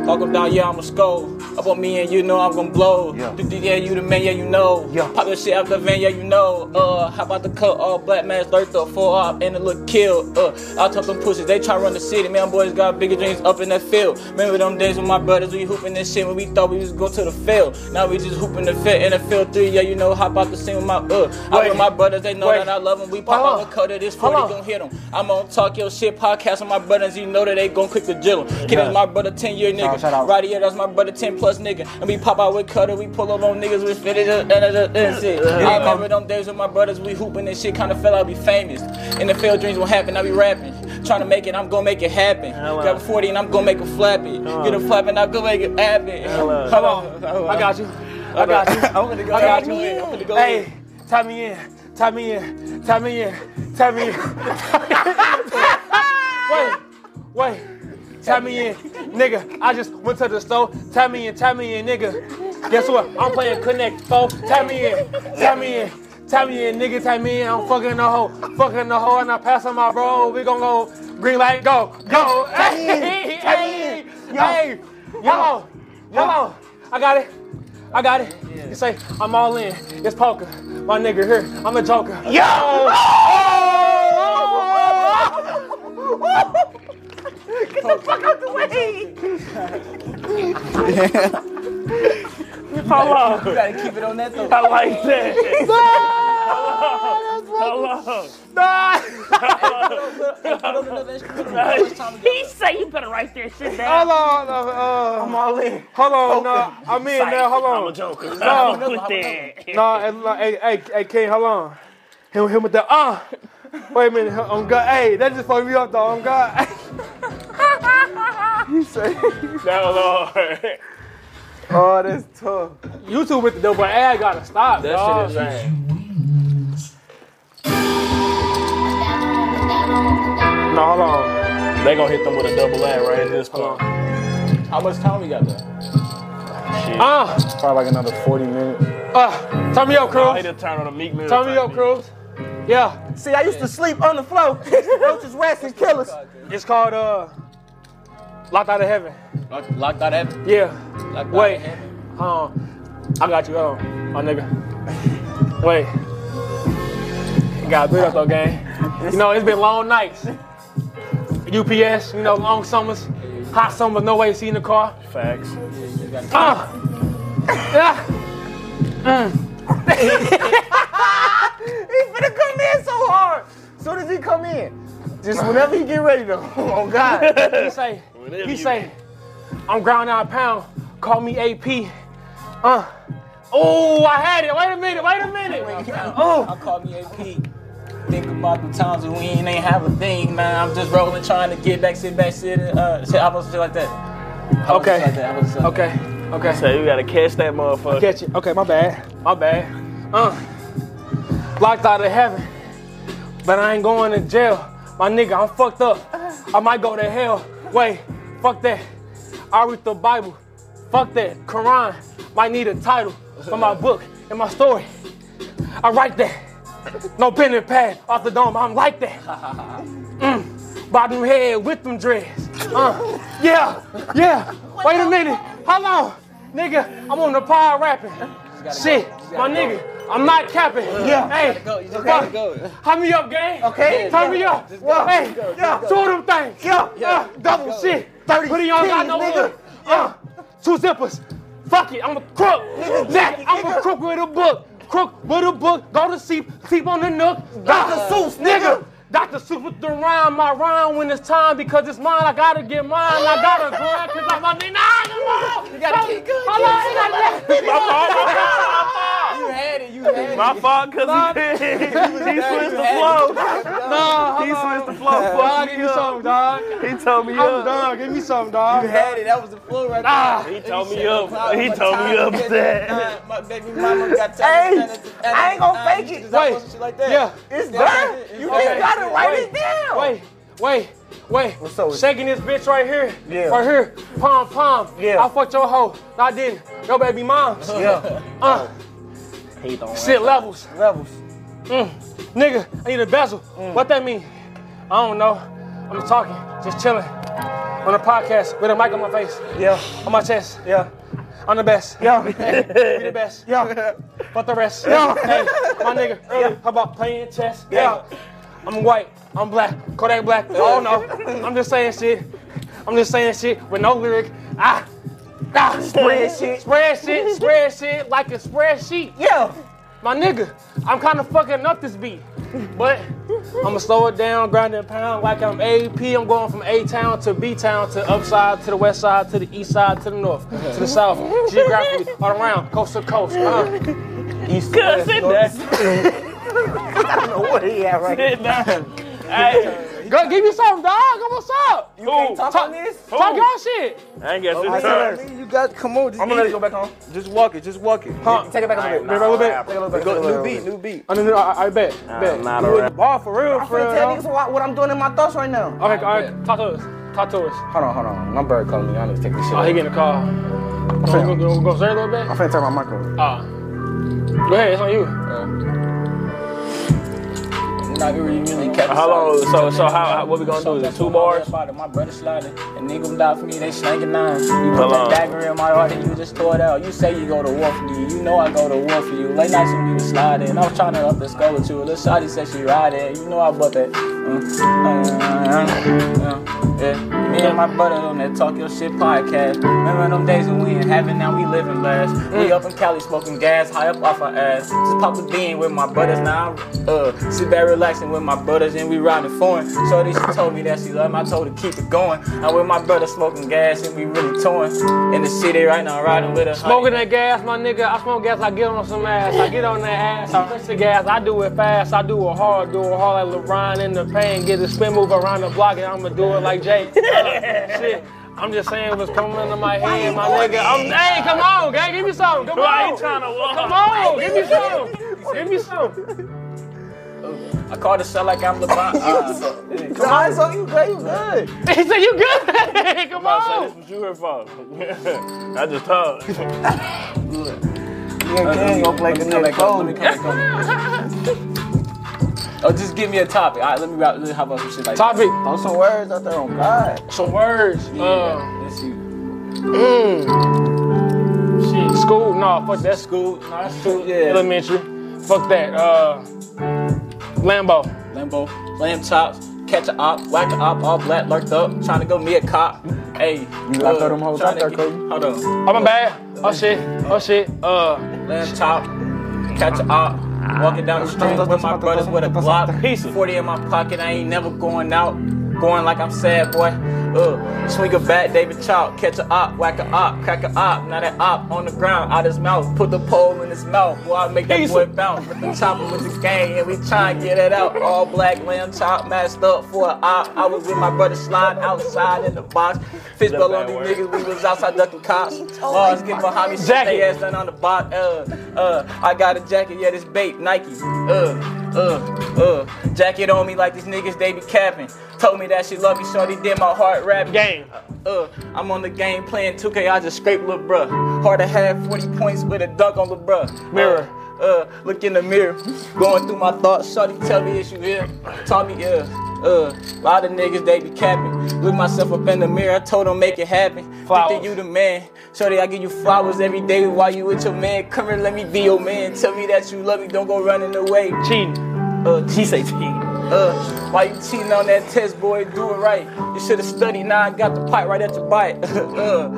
H: talk them down, yeah, I'm a skull. Up on me and you know I'm gonna blow.
E: Yeah.
H: Do- do- Yeah, you the man, yeah, you know.
E: Yeah.
H: Pop that shit out the van, yeah, you know. Uh, how about the cut all black man, third up, four up, and it look kill. Uh, I told them pussies, they try to run the city, man, boys got bigger dreams up in that field. Remember them days with my brothers, we hooping this shit when we thought we was going to the field. Now we just hooping the field, in the field three, yeah, you know, hop out the scene with my uh. I
B: Wait.
H: with my brothers, they know
B: Wait.
H: that I love them. We pop
B: Hold
H: out
B: on.
H: the cut of this
B: Hold
H: 40,
B: on.
H: gon' hit them. I'm on Talk Your Shit podcast with my brothers, you know that they gon' quick the jill 'em. Kid, that's my brother, 10 year nigga.
E: shout out.
H: Right here, that's my brother, 10 plus nigga. And we pop out with cutter, we pull up on niggas with fitted and and- and shit. I remember them days with my brothers, we hooping and shit, kinda felt I'd be famous. In the field, dreams will happen, I be rapping. Trying to make it, I'm gonna make it happen. Grab a 40 and I'm gonna make it flap it. Get a flap and I'm gonna make it happen.
B: Hold on. I got you. I got you.
H: I'm gonna go.
B: I got you.
H: I'm gonna go.
B: Hey, tie me in. Tie me in. Tie me in. Tie me in. wait, wait. Tie me in, nigga. I just went to the store. Tie me in. Tie me in, nigga. Guess what? I'm playing Connect Four. Tie me in. Tie me in. Tie me in, nigga. Tie me in. I'm fucking the hoe. Fucking the hoe, and I pass on my bro. We gon' go. Green light, go, go. Hey, hey, hey, yo, yo. I got it. I got it. You say, I'm all in. It's poker. My nigga here. I'm the joker. Yo!
C: Hello.
H: gotta keep it on that though.
C: I like that. Hello. Hello.
G: He say you better write that shit down.
B: Hold on, uh,
E: I'm all in.
B: hold on, no, I'm in now, hold
C: I'm a
B: on.
C: joker.
B: No.
C: With that.
B: No, hey, look, hey, hey, hey, King, hold on. Him, him with the, uh, wait a minute, I'm God, hey, that just fucked me up though, I'm God.
C: No, Lord.
E: Oh, that's tough.
B: You two with the double ad gotta stop,
H: That
B: dawg.
H: shit is
B: No, hold on.
C: They gonna hit them with a double A right at this point.
H: How much time we got there?
B: Uh,
D: Probably like another 40 minutes.
B: uh, turn me up,
C: I need
B: Cruz.
C: to turn on a Meek Mill.
B: Turn me
C: type
B: up, Cruz. Yeah,
E: See, I used to sleep on the floor. Roaches, rats, and killers.
B: it's called, uh, Locked Out of Heaven.
H: Lock, lock that app.
B: Yeah.
H: Lock that
B: Wait.
H: app.
B: Hold on. I got you. Hold on, my nigga. Wait. Got built up though, gang. You know, it's been long nights. UPS, you know, long summers, hot summers, no way see in the car.
C: Facts.
B: Ah! Ah! Mm.
E: finna come in so hard. Soon as he come in, just whenever he get ready to. Oh God.
B: He say,
C: Whatever
B: he
C: you-
B: say, I'm ground out pound. Call me AP. Uh. Oh, I had it. Wait a minute. Wait a minute.
H: Oh. I call me AP. Think about the times when we ain't ain't have a thing, man. I'm just rolling, trying to get back, sit back, sit. Uh, shit, I was just like that. I was just
B: Okay.
H: Like that. I was just like
B: Okay. Okay.
C: So you gotta catch that motherfucker.
B: Catch it. Okay, my bad. My bad. Uh, locked out of heaven, but I ain't going to jail. My nigga, I'm fucked up. I might go to hell. Wait, fuck that. I read the Bible. Fuck that. Quran. Might need a title for my book and my story. I write that. No pen and pad off the dome. I'm like that. Mm, bottom head with them dreads. Uh, yeah, yeah. Wait a minute. How long? Nigga, I'm on the pod rapping. Shit, my nigga, I'm not capping. Yeah. Hey,
H: Go, you just
B: gotta
H: gotta go.
B: Hop me up, gang. Okay. Turn me up. Hey, two of them things. Yeah. double shit. 30 Put it on, got no nigga. Uh, two zippers. Fuck it, I'm a crook. Jack, I'm a crook with a book. Crook with a book. Go to sleep, sleep on the nook. Dr. Seuss, nigga. Dr. Seuss with the rhyme, my rhyme when it's time because it's mine. I gotta get mine. I gotta grind because I'm on the nine. You gotta keep good. How long did I left?
C: My fault. My fault because he, he switched the flow.
B: Nah,
C: He
B: hold on.
C: switched the flow.
B: Dog,
C: Fuck
B: give
C: me
B: me
C: up.
B: something, dog.
C: He told me
B: I'm
C: up.
B: done. Give me something, dog.
H: Had it. That was the flow right
B: Ah,
H: there.
C: He told me
H: said,
C: up.
H: "Cloud,
C: He
H: my
C: told me
H: time
C: up
H: is
C: that.
H: time. My baby mama got
E: Hey,
H: time.
E: I ain't gonna fake it.
B: Wait.
H: Like that.
B: Yeah.
E: It's done. You just gotta write it down.
B: Wait, wait, wait.
E: What's up with-
B: Shaking this bitch right here.
E: Yeah.
B: Right here. Palm, palm.
E: Yeah.
B: I fucked your hoe. No, I didn't. Your baby mom.
E: Yeah.
B: Uh,
C: He don't.
B: shit levels. Mm.
E: Levels. Mm.
B: Nigga, I need a bezel. What that mean? I don't know. I'm talking, just chilling. On a podcast with a mic on my face,
E: Yeah.
B: on my chest.
E: Yeah.
B: I'm the best.
E: Yeah.
B: Be the best.
E: Yeah.
B: But the rest. Hey, my nigga, early, how about playing chess?
E: Yeah.
B: Hey, I'm white. I'm black. Kodak black. Oh no. I'm just saying shit. I'm just saying shit with no lyric. Ah. ah.
E: Spread shit.
B: Spread shit. Spread shit like a spreadsheet.
E: Yeah.
B: My nigga, I'm kind of fucking up this beat. But I'ma slow it down, grind it pound like I'm AP. I'm going from A town to B town to upside to the west side to the east side to the north to the south geographically all around coast to coast. Uh,
C: Cause sit down.
E: What he at right now?
C: Sit down. Hey,
B: Go, give me something, dog. What's up?
C: you can't
E: Talk on this.
B: Talk your shit.
C: I ain't got
B: Oh,
C: shit to turn.
A: You got come on. Just
E: I'm gonna let it go back on.
A: Just walk it. Just walk it.
B: Huh?
E: Take it back a little bit.
B: Remember a little bit.
E: Take it a little bit.
A: Go, new beat. New beat.
B: Oh, no, no, I, I bet. bet.
C: I'm not a rapper.
B: Ball for real, for real.
E: I'm finna tell
B: dog.
E: niggas what, what I'm doing in my thoughts right now.
B: Okay, all right. Talk to us. Talk to us.
E: Hold on, hold on. My bird calling me. I need to take this shit.
B: Oh, he getting a call. So we gonna go straight a little
E: I'm
B: bit?
E: finna turn my mic on.
B: Ah. Go ahead. It's on you.
H: Not really, really kept
C: How long? Oh, So, so how, how? What we gonna do? Is it two bars?
H: My brother sliding, and nigga died for me. They slanking nine. You
C: How
H: put
C: long?
H: that dagger in my heart and you just tore it out. You say you go to war for you. You know I go to war for you. Late nights when we was sliding, I was trying to up the score with you. Little shawty said she riding. You know I bought that. Mm, uh, uh, uh, yeah. Me and my brother on that Talk Your Shit podcast. Remember them days when we in heaven, now we living last.
E: Mm.
H: We up in Cali smoking gas, high up off our ass. Just pop a bean with my brothers, now I'm uh, sit back relaxing with my brothers and we riding foreign. Shorty, she told me that she loved me, I told her keep it going. I'm with my brother smoking gas and we really touring. In the city right now, riding with us.
B: Smoking that gas, my nigga. I smoke gas, I get on some ass. I get on that ass, I push the gas. I do it fast, I do it hard, do it hard like LeBron in the pain. Get a spin move around the block, and I'ma do it like Jake. Uh, shit. I'm just saying what's coming into my head, my nigga. I'm, hey, come on, gang, give me some. Come
C: I ain't
B: on.
C: trying to walk.
B: Come on, give me some. Give me some.
H: I call the shot like I'm LeBron. Uh,
E: Come on, so you good, you good.
B: He said, you good? come
C: I
B: on.
C: said, this was you here for. I just talked.
E: You and King gonna play the next
H: Let me
E: code.
H: come back on. Oh, just give me a topic. All right, let me wrap. Let me hop on some shit like that.
B: Topic,
E: Throw some words out there on God.
B: some words. Uh,
H: Yeah, let's see.
B: mm. Shit, school? Nah, fuck that school. Nah, that's school.
H: Yeah.
B: Elementary. Fuck that. Uh, Lambo.
H: Limbo, lamb chops, catch a op, whack a op, all black lurked up, trying to go me a cop. Hey, you
E: locked all them hoes out there, Cody.
H: Hold on,
B: Oh my bad. Oh shit. Oh shit. Uh,
H: lamb chop, catch a op, Walking down the street with my brothers with a Glock. 40 in my pocket, I ain't never going out. Going like I'm sad, boy. Uh, swing a bat, David Chalk. Catch a op, whack a op, crack a op. Now that op on the ground, out his mouth. Put the pole in his mouth, boy. I make that boy bounce. With the chopper with the gang, and we try to get it out. All black, lamb chop, masked up for a op. I was with my brother Slide outside in the box. Fistball on these niggas, we was outside ducking cops. Always get behind me, shit they ass down on the box. Uh, uh, I got a jacket, yeah, this bait, Nike. Uh, uh, uh, jacket on me like these niggas, they be capping. Told me that she love me, shorty did my heart rap.
B: Game.
H: Uh, I'm on the game playing 2K, I just scrape little bruh. Hard to have 40 points with a dunk on little bruh.
B: Mirror.
H: Uh, uh, look in the mirror, going through my thoughts. Shorty tell me is you here? Tell me yeah. Uh, a lot of niggas they be capping. Look myself up in the mirror, I told them make it happen. Think
B: Flowers.
H: that you the man, shorty I give you flowers every day while you with your man. Come here, let me be your man. Tell me that you love me, don't go running away.
B: Cheating.
H: Uh, she say cheat. Uh, why you cheating on that test, boy? Do it right. You should have studied. Now I got the pipe right at your bite. uh,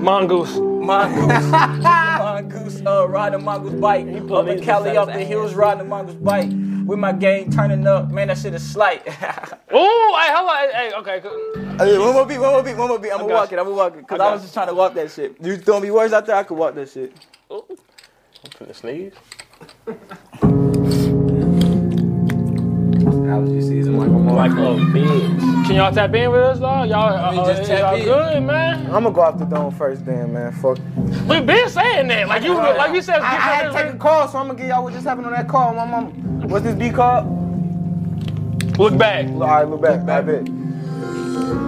B: Mongoose.
H: mongoose, mongoose, uh, riding mongoose bike. Up in
B: police
H: Cali,
B: besides
H: off the hills, riding mongoose bike. With my gang turning up, man, that shit is slight.
B: Ooh, hey, hello. Hey, hey, okay. cool.
A: Hey, Oh, one more beat, one more beat, one more beat. I'm gonna
B: got
A: walk
B: you.
A: it. I'm gonna walk it. Cause
B: I
A: I,
B: got
A: was just trying to walk that shit. You throwing me words out there, I could walk that shit.
B: I'm finna sneeze.
I: Allergy season, like I'm
B: Like a bitch. Can y'all tap in with us, dog? Y'all, uh,
H: just
B: uh,
H: tap
B: y'all
H: in.
B: good, man.
E: I'm gonna go off the dome first, then, man. Fuck.
B: We been saying that. Like you, like you said.
E: I, I had to take a call, so I'm gonna get y'all what just happened on that call. My mom, what's this beat called?
B: Look back.
E: All right, look back. I bet.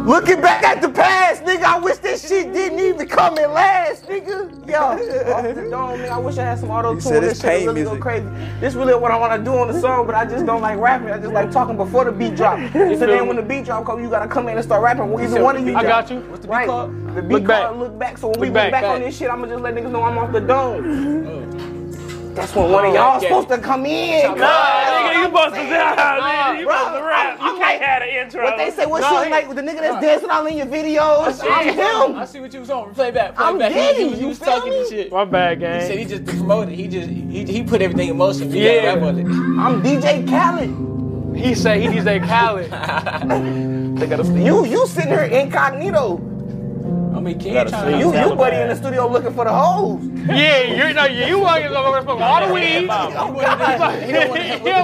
E: Looking back at the past, nigga, I wish this shit didn't even come in last, nigga. Yo, off the dome, nigga, I wish I had some auto tune.
A: said
E: This
A: it's
E: shit
A: pain
E: really go
A: music.
E: crazy. This really what I want to do on the song, but I just don't like rapping. I just like talking before the beat drop. So then when the beat drop comes, you gotta come in and start rapping. Well, either one of you.
B: I
E: drop.
B: got you.
E: the right. The beat
B: Look back.
E: called look back. So when we
B: Look
E: look
B: back. Oh.
E: back, on this shit, I'ma just let niggas know I'm off the dome. That's when one
H: Oh,
E: of y'all
H: okay.
E: supposed to come in.
B: Nah, nigga, you supposed to. Nah, nigga, you
E: bro,
B: supposed to rap.
E: I'm-
B: You
E: I'm
B: can't
E: like-
B: have an intro.
E: What they say? What
B: No,
E: shit
B: he-
E: like with the nigga that's dancing all in your videos? I'm
H: I
E: him.
H: see what you was on. Play back. Play
E: I'm
H: back.
E: getting
H: you,
E: you,
H: was
E: feel
H: talking
E: me?
H: and shit.
B: My bad,
H: He said
B: gang.
H: he just promoted. He just he, he put everything in motion. We
B: Yeah.
H: yeah. Rap on it.
E: I'm DJ Khaled.
B: He said he DJ Khaled.
E: You you sitting here incognito.
H: I mean, can you try?
E: You you buddy in the studio looking for the hoes.
B: Yeah, you're no, yeah, you want to go over and smoke all the weed.
H: He don't wanna-
B: He don't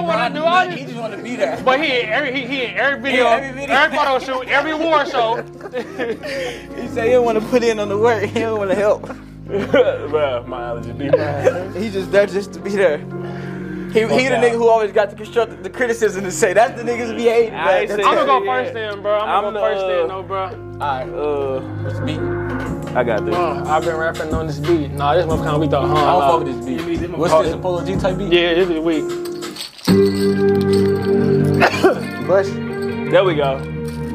B: wanna do all
H: He
B: this.
H: just want to be there.
B: But he in every he, he in every video,
H: Yeah, every video.
B: every photo shoot, every war show.
A: He said he don't want to put in on the work. He don't want to help.
B: Bruh, my allergy be mad.
A: He just there just to be there. He, he the
H: out.
A: nigga who always got the constructive the criticism to say that's the niggas be hating.
B: I
A: man.
B: ain't
A: That's
B: I'm gonna go
A: it.
B: first then, bro. I'm gonna
A: I'm the,
B: go first then,
A: uh,
B: no, bro.
H: All right. Uh, what's the beat?
A: I got this.
B: uh, I've been rapping on this beat. Nah, this motherfucker we thought, huh?
H: I
B: nah.
H: don't fuck with this beat. What's this? Apollo G type beat?
B: Yeah, this is weak.
E: Bush.
B: There we go.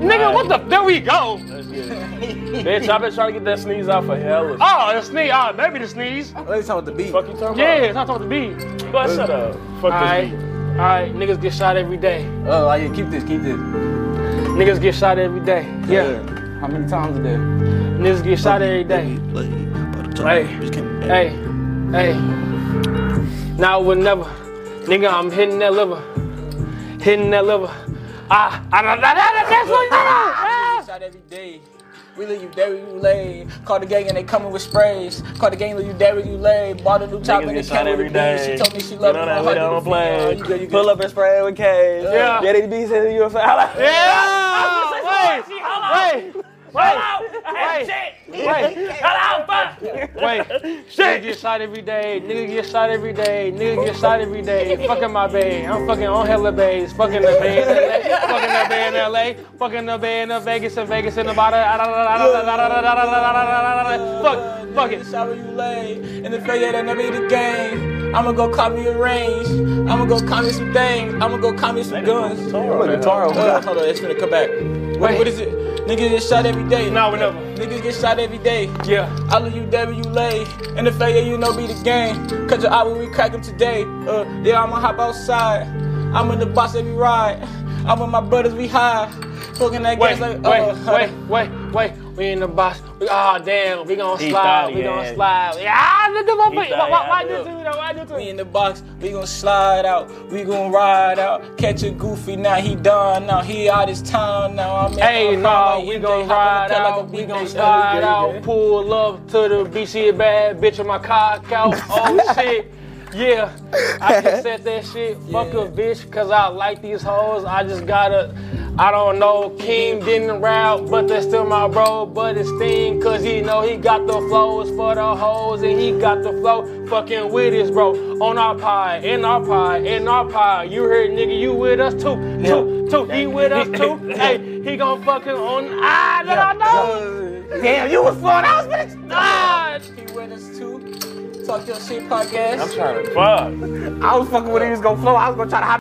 B: Nigga, what the? There we go. Bitch, I've been trying to get that sneeze out for hell. Oh, the sneeze. Oh, maybe the sneeze.
A: Let me talk about the beat.
B: Fuck you talking yeah, about? Yeah, not talking about the beat. But shut up. Fuck Alright, alright, niggas get shot every day.
H: Oh, like, yeah, keep this, keep this.
B: Niggas get shot every day.
H: Yeah. How many times a day?
B: Niggas get shot every day. Hey, hey, hey. Now or never. Nigga, I'm hitting that liver. Hitting that liver. Ah, ah, da, da, da, da, that's what Ah.
H: Shot every day. We leave you there where you lay. Call the gang and they coming with sprays. Call the gang, leave you there where you lay. Bought a new
I: Niggas
H: chopper and
I: get
H: they
I: shot
H: came with
I: every
H: a beam. She
I: day.
H: told me she
I: You
H: loved
I: know
H: me.
I: that we don't play.
H: You good, you
I: Pull
H: good.
I: up and spray with K.
B: Yeah.
I: Yeah, they be saying you a fan. I like-
B: Yeah.
J: She, hold on.
B: Wait, wait, wait,
J: Hello. I had
B: Wait.
J: shit.
B: wait.
J: Hello. Fuck.
B: Wait, nigga get shot every day, nigga get shot every day, nigga get shot every day. Fucking my bae, I'm fucking on hella bays. Fucking the bay in LA, fucking the bay in LA, fucking the bay in the Vegas and Vegas in Nevada. Fuck, fuck it.
H: Shower you lay. In the failure that never hit the game. I'ma go call me a range. I'ma go call me some things. I'ma go call me some guns. Uh, hold on, it's gonna come back. What,
B: Wait.
H: what is it? Niggas get shot every day.
B: Nah, we never.
H: Niggas get shot every day.
B: Yeah,
H: I love you, Debbie, you lay. And the failure, you know, be the game. Cut your eye when we crack them today. Uh, yeah, I'ma hop outside. I'm in the box every ride. I'm with my brothers, we high. Fucking that
B: wait,
H: gas like,
B: wait,
H: uh,
B: wait, wait, wait. We in the box. We, oh damn, we gonna
H: He
B: slide.
H: thought,
B: We
H: yeah.
B: gonna slide. Yeah, ah, nigga, why,
H: He
B: why,
H: thought,
B: why, why
H: yeah,
B: do
H: look.
B: to me though? Why do to
H: We
B: me?
H: in the box, we gon' slide out, we gon' ride out. Catch a goofy now, he done now, he out his town now. I'm in
B: Hey,
H: my
B: nah,
H: prime like
B: we
H: MJ,
B: gon'
H: hop on
B: ride
H: the cut like a
B: out. We
H: beat
B: gon'
H: nation.
B: slide out. Pull up to the beach, see a bad bitch with my cock out. Oh shit. Yeah, I just said that shit. Fuck a bitch, cause I like these hoes. I just gotta, I don't know. Keem didn't rap, but that's still my bro. But it's Sting, cause he know he got the flows for the hoes, and he got the flow. Fucking with his bro on our pie, in our pie, in our pie. You heard, nigga, you with us too, too, too. He with us too. hey, he gon' fucking on. Ah, no, no, no.
E: Damn, you was flawed. I was bitch.
B: Ah,
H: He with us too. Talk your shit podcast.
K: Fuck.
E: I was fucking with he was gonna flow. I was gonna try to hop